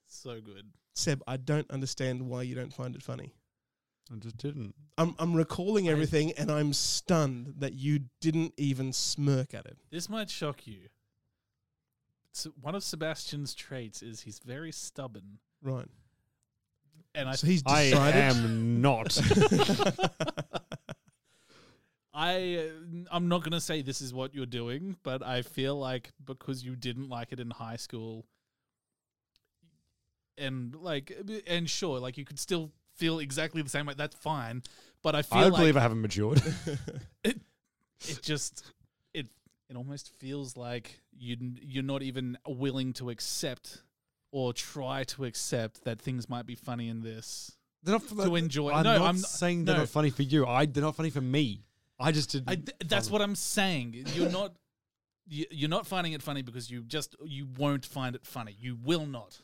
Speaker 9: So good.
Speaker 10: Seb, I don't understand why you don't find it funny.
Speaker 8: I just didn't.
Speaker 10: I'm I'm recalling everything, and I'm stunned that you didn't even smirk at it.
Speaker 9: This might shock you. So one of Sebastian's traits is he's very stubborn,
Speaker 10: Right.
Speaker 9: and I
Speaker 10: So he's
Speaker 8: I
Speaker 10: decided.
Speaker 8: am not.
Speaker 9: I uh, I'm not going to say this is what you're doing, but I feel like because you didn't like it in high school and like and sure, like you could still feel exactly the same like that's fine, but I feel
Speaker 8: I don't
Speaker 9: like
Speaker 8: believe I haven't matured.
Speaker 9: it, it just it it almost feels like you n- you're not even willing to accept or try to accept that things might be funny in this.
Speaker 8: they're not
Speaker 9: to enjoy.
Speaker 8: I'm
Speaker 9: no,
Speaker 8: not
Speaker 9: I'm not-
Speaker 8: saying they're
Speaker 9: no.
Speaker 8: not funny for you. I they're not funny for me. I just didn't.
Speaker 9: I, th- that's what I'm saying. You're not you, you're not finding it funny because you just you won't find it funny. You will not.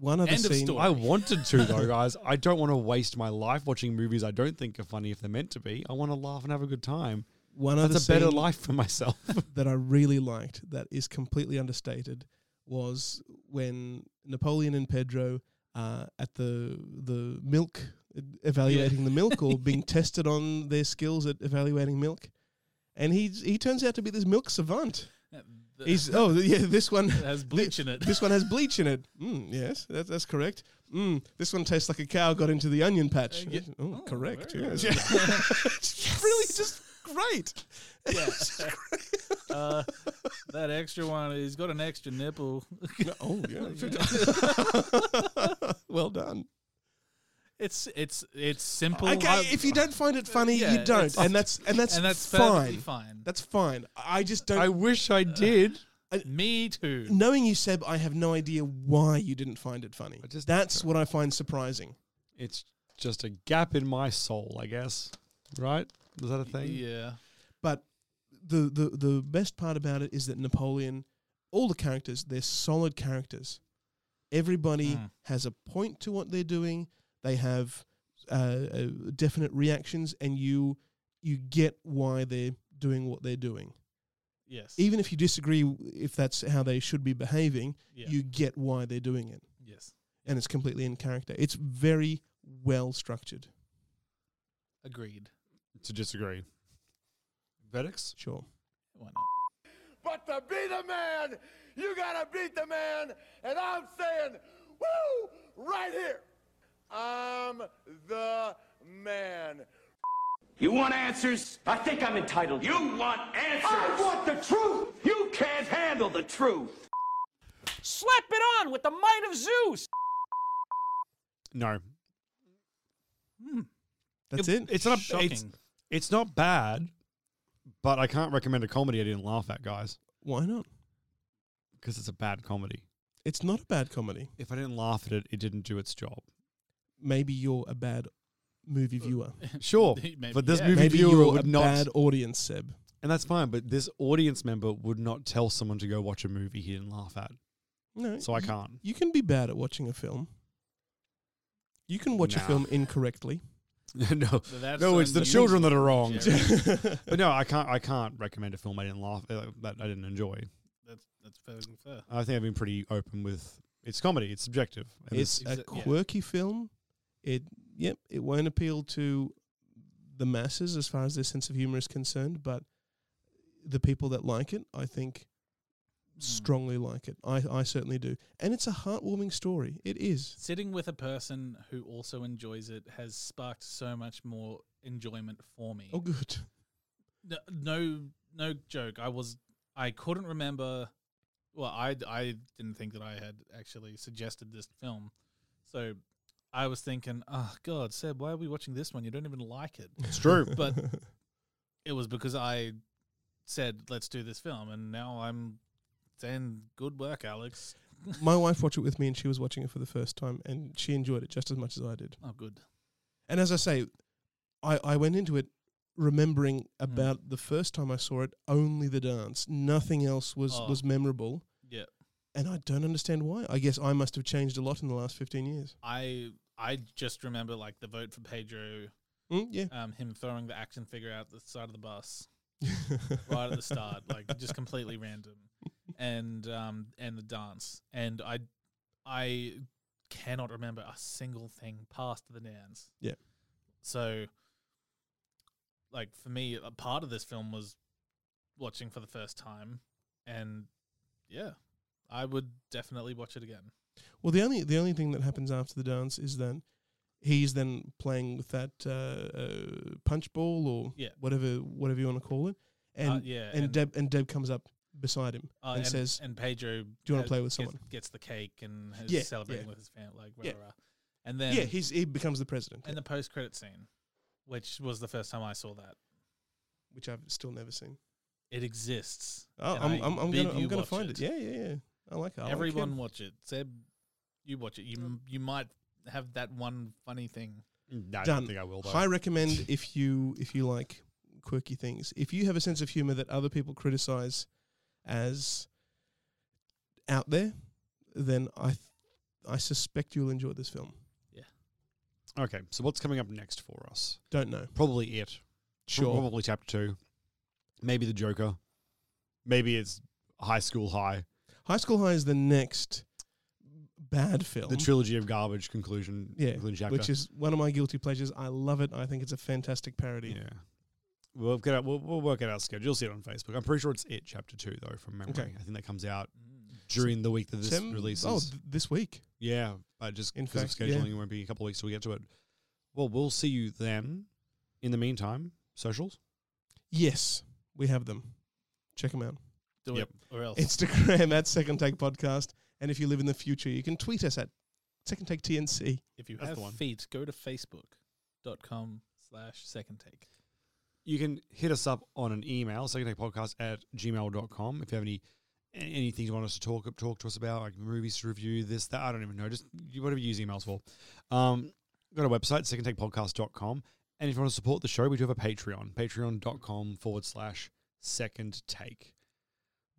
Speaker 10: One other
Speaker 9: End of
Speaker 10: scene.
Speaker 9: story.
Speaker 8: I wanted to though, guys. I don't want to waste my life watching movies I don't think are funny if they're meant to be. I want to laugh and have a good time.
Speaker 10: One
Speaker 8: That's
Speaker 10: other
Speaker 8: a better
Speaker 10: scene-
Speaker 8: life for myself.
Speaker 10: that I really liked that is completely understated was when Napoleon and Pedro are at the the milk uh, evaluating the milk or being tested on their skills at evaluating milk, and he he turns out to be this milk savant.
Speaker 9: That Uh, The-
Speaker 10: He's oh yeah. This one
Speaker 9: It has bleach in it.
Speaker 10: This one has bleach in it. Mm, yes, that, that's correct. Mm, this one tastes like a cow got into the onion patch.
Speaker 9: yeah.
Speaker 10: Oh,
Speaker 9: Oh,
Speaker 10: correct.
Speaker 9: very
Speaker 10: Yes.
Speaker 9: good.
Speaker 10: It's Really, just great.
Speaker 9: Yeah. uh, that extra one, he's got an extra nipple.
Speaker 10: oh yeah. well done.
Speaker 9: It's it's it's simple.
Speaker 10: Okay, if you don't find it funny,
Speaker 9: Yeah,
Speaker 10: you don't,
Speaker 9: it's-
Speaker 10: and that's and that's
Speaker 9: and that's
Speaker 10: fine.
Speaker 9: perfectly fine.
Speaker 10: That's fine. I just don't.
Speaker 9: I
Speaker 10: wish I did.
Speaker 9: Uh, Me too.
Speaker 10: knowing you, Seb, I have no idea why you didn't find it funny. that's what I find surprising.
Speaker 8: It's just a gap in my soul, I guess. Right? Is that a thing?
Speaker 9: yeah.
Speaker 10: But the, the the best part about it is that Napoleon, all the characters, they're solid characters. Everybody
Speaker 9: Mm.
Speaker 10: has a point to what they're doing. They have uh, uh, definite reactions, and you you get why they're doing what they're doing.
Speaker 9: Yes.
Speaker 10: Even if you disagree, w- if that's how they should be behaving,
Speaker 9: Yeah.
Speaker 10: you get why they're doing it,
Speaker 9: Yes.
Speaker 10: and it's completely in character. It's very well structured.
Speaker 9: Agreed.
Speaker 8: To disagree. Verdicts?
Speaker 10: Sure.
Speaker 9: Why not?
Speaker 16: But to be the man, you gotta beat the man, and I'm saying, woo, right here. I'm the man.
Speaker 22: You want answers? I think I'm entitled. You want answers? I want the truth. You can't handle the truth.
Speaker 2: Slap it on with the might of Zeus!
Speaker 8: No.
Speaker 10: That's it.
Speaker 8: It's not it's,
Speaker 10: Shocking.
Speaker 8: it's not bad, but I can't recommend a comedy I didn't laugh at, guys.
Speaker 10: Why not?
Speaker 8: Because it's a bad comedy.
Speaker 10: It's not a bad comedy.
Speaker 8: If I didn't laugh at it, it didn't do its job.
Speaker 10: Maybe you're a bad movie viewer.
Speaker 8: Sure,
Speaker 10: Maybe,
Speaker 8: but this
Speaker 10: yeah.
Speaker 8: movie
Speaker 10: Maybe
Speaker 8: Uh, viewer
Speaker 10: you're
Speaker 8: would
Speaker 10: a
Speaker 8: not
Speaker 10: bad audience, Seb.
Speaker 8: and that's fine. But this audience member would not tell someone to go watch a movie he didn't laugh at.
Speaker 10: No,
Speaker 8: so I
Speaker 10: you-
Speaker 8: can't.
Speaker 10: You can be bad at watching a film. You can watch a
Speaker 8: Nah.
Speaker 10: film incorrectly.
Speaker 8: no,
Speaker 9: But that's
Speaker 8: no, it's the children that are wrong.
Speaker 9: unusual,
Speaker 8: but no, I can't. I can't recommend a film I didn't laugh uh, that I didn't enjoy.
Speaker 9: That's that's perfectly fair.
Speaker 8: I think I've been pretty open with it's comedy. It's uh, subjective. and
Speaker 10: It's a
Speaker 9: Exa- yeah.
Speaker 10: quirky film. It yep, it won't appeal to the masses as far as their sense of humor is concerned, but the people that like it, I think
Speaker 9: Hmm.
Speaker 10: strongly like it. I, I certainly do. And it's a heartwarming story. It is.
Speaker 9: Sitting with a person who also enjoys it has sparked so much more enjoyment for me.
Speaker 10: Oh good.
Speaker 9: No, no, no joke. I was, I couldn't remember. Well, I, I didn't think that I had actually suggested this film, so I was thinking, oh God, Seb, why are we watching this one? You don't even like it.
Speaker 8: It's true.
Speaker 9: but it was because I said, let's do this film, and now I'm saying, good work, Alex.
Speaker 10: My wife watched it with me and she was watching it for the first time and she enjoyed it just as much as I did.
Speaker 9: Oh, good.
Speaker 10: And as I say, I, I went into it
Speaker 9: Hmm.
Speaker 10: remembering about the first time I saw it, only the dance. Nothing else was,
Speaker 9: Oh.
Speaker 10: was memorable.
Speaker 9: Yeah.
Speaker 10: And I don't understand why. I guess I must have changed a lot in the last 15 years.
Speaker 9: I I just remember like the vote for Pedro.
Speaker 10: Mm, yeah.
Speaker 9: Um, him throwing the action figure out the side of the bus right at the start, like just completely random, and um, and the dance, and I I cannot remember a single thing past the dance.
Speaker 10: Yeah.
Speaker 9: So, like for me, a part of this film was watching for the first time, and yeah, I would definitely watch it again.
Speaker 10: Well, the only the only thing that happens after the dance is then he's then playing with that uh, uh, punch ball or
Speaker 9: Yeah. Uh,
Speaker 10: whatever whatever you want to call it, and
Speaker 9: yeah,
Speaker 10: and,
Speaker 9: and-
Speaker 10: Deb and Deb comes up beside him
Speaker 9: Uh,
Speaker 10: and, says,
Speaker 9: and Pedro,
Speaker 10: do you want
Speaker 9: has-
Speaker 10: to play with
Speaker 9: gets-
Speaker 10: someone?"
Speaker 9: Gets, the cake and is
Speaker 10: Yeah,
Speaker 9: celebrating
Speaker 10: yeah.
Speaker 9: with his family, like rah,
Speaker 10: Yeah.
Speaker 9: rah, rah. And then
Speaker 10: yeah, he's he becomes the president,
Speaker 9: and the post credit scene, which was the first time I saw that.
Speaker 10: which I've still never seen.
Speaker 9: It exists.
Speaker 10: Oh,
Speaker 9: and
Speaker 10: I'm,
Speaker 9: I
Speaker 10: I'm, I'm
Speaker 9: bid
Speaker 10: gonna I'm
Speaker 9: you
Speaker 10: gonna
Speaker 9: watch
Speaker 10: find it. Yeah, yeah, yeah. I like it. I like
Speaker 9: Everyone
Speaker 10: him.
Speaker 9: watch it. Seb, you watch it. You m you might have that one funny thing.
Speaker 8: No, I
Speaker 10: done.
Speaker 8: don't think I will. Though.
Speaker 10: I recommend if you if you like quirky things, if you have a sense of humor that other people criticize as out there, then I th- I suspect you'll enjoy this film.
Speaker 8: okay, so what's coming up next for us?
Speaker 10: Don't know.
Speaker 8: Probably it.
Speaker 10: Sure.
Speaker 8: Probably chapter two. Maybe the Joker. Maybe it's High School High.
Speaker 10: High School High is the next bad film.
Speaker 8: The trilogy of garbage conclusion.
Speaker 10: yeah,
Speaker 8: conclusion chapter.
Speaker 10: which is one of my guilty pleasures. I love it. I think it's a fantastic parody.
Speaker 8: yeah. We'll get out. We'll, we'll work it out schedule. You'll see it on Facebook. I'm pretty sure it's it chapter two though from memory.
Speaker 10: Okay.
Speaker 8: I think that comes out during the week that this
Speaker 10: Sem-
Speaker 8: releases.
Speaker 10: oh, th- this week.
Speaker 8: Yeah, but just
Speaker 10: In
Speaker 8: because of
Speaker 10: fact, yeah.
Speaker 8: scheduling, it won't be a couple of weeks till we get to it. Well, we'll see you then. In the meantime, socials.
Speaker 10: Yes, we have them. Check them out.
Speaker 9: Do
Speaker 8: Yep.
Speaker 9: it or else.
Speaker 10: Instagram at Second Take Podcast. And if you live in the future, you can tweet us at Second Take TNC.
Speaker 9: if you
Speaker 8: That's
Speaker 9: have
Speaker 8: the one.
Speaker 9: feet, go to facebook.com slash second take.
Speaker 8: You can hit us up on an email, secondtakepodcast at gmail.com. If you have any a- anything you want us to talk talk to us about, like movies to review, this, that, I don't even know. Just you- whatever you use emails for. Um, got a website, secondtakepodcast.com. And if you want to support the show, we do have a Patreon, patreon.com forward slash second take.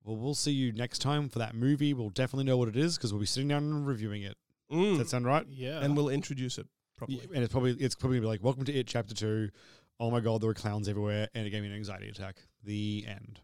Speaker 8: Well, we'll see you next time for that movie. We'll definitely know what it is because we'll be sitting down and reviewing it. Does
Speaker 10: Hmm.
Speaker 8: that sound right?
Speaker 9: Yeah.
Speaker 10: And we'll introduce it properly.
Speaker 8: Yeah, and it's probably it's probably gonna be like, "Welcome to It Chapter 2. Oh my god, there were clowns everywhere, and it gave me an anxiety attack. The end.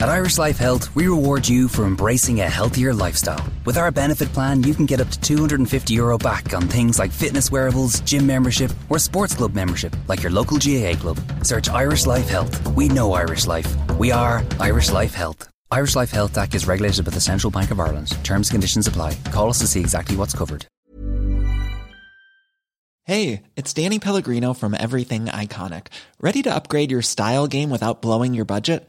Speaker 4: At Irish Life Health, we reward you for embracing a healthier lifestyle. With our benefit plan, you can get up to 250 euro back on things like fitness wearables, gym membership, or sports club membership, like your local GAA club. Search Irish Life Health. We know Irish Life. We are Irish Life Health. Irish Life Health Act is regulated by the Central Bank of Ireland. Terms and conditions apply. Call us to see exactly what's covered.
Speaker 3: Hey, it's Danny Pellegrino from Everything Iconic. Ready to upgrade your style game without blowing your budget?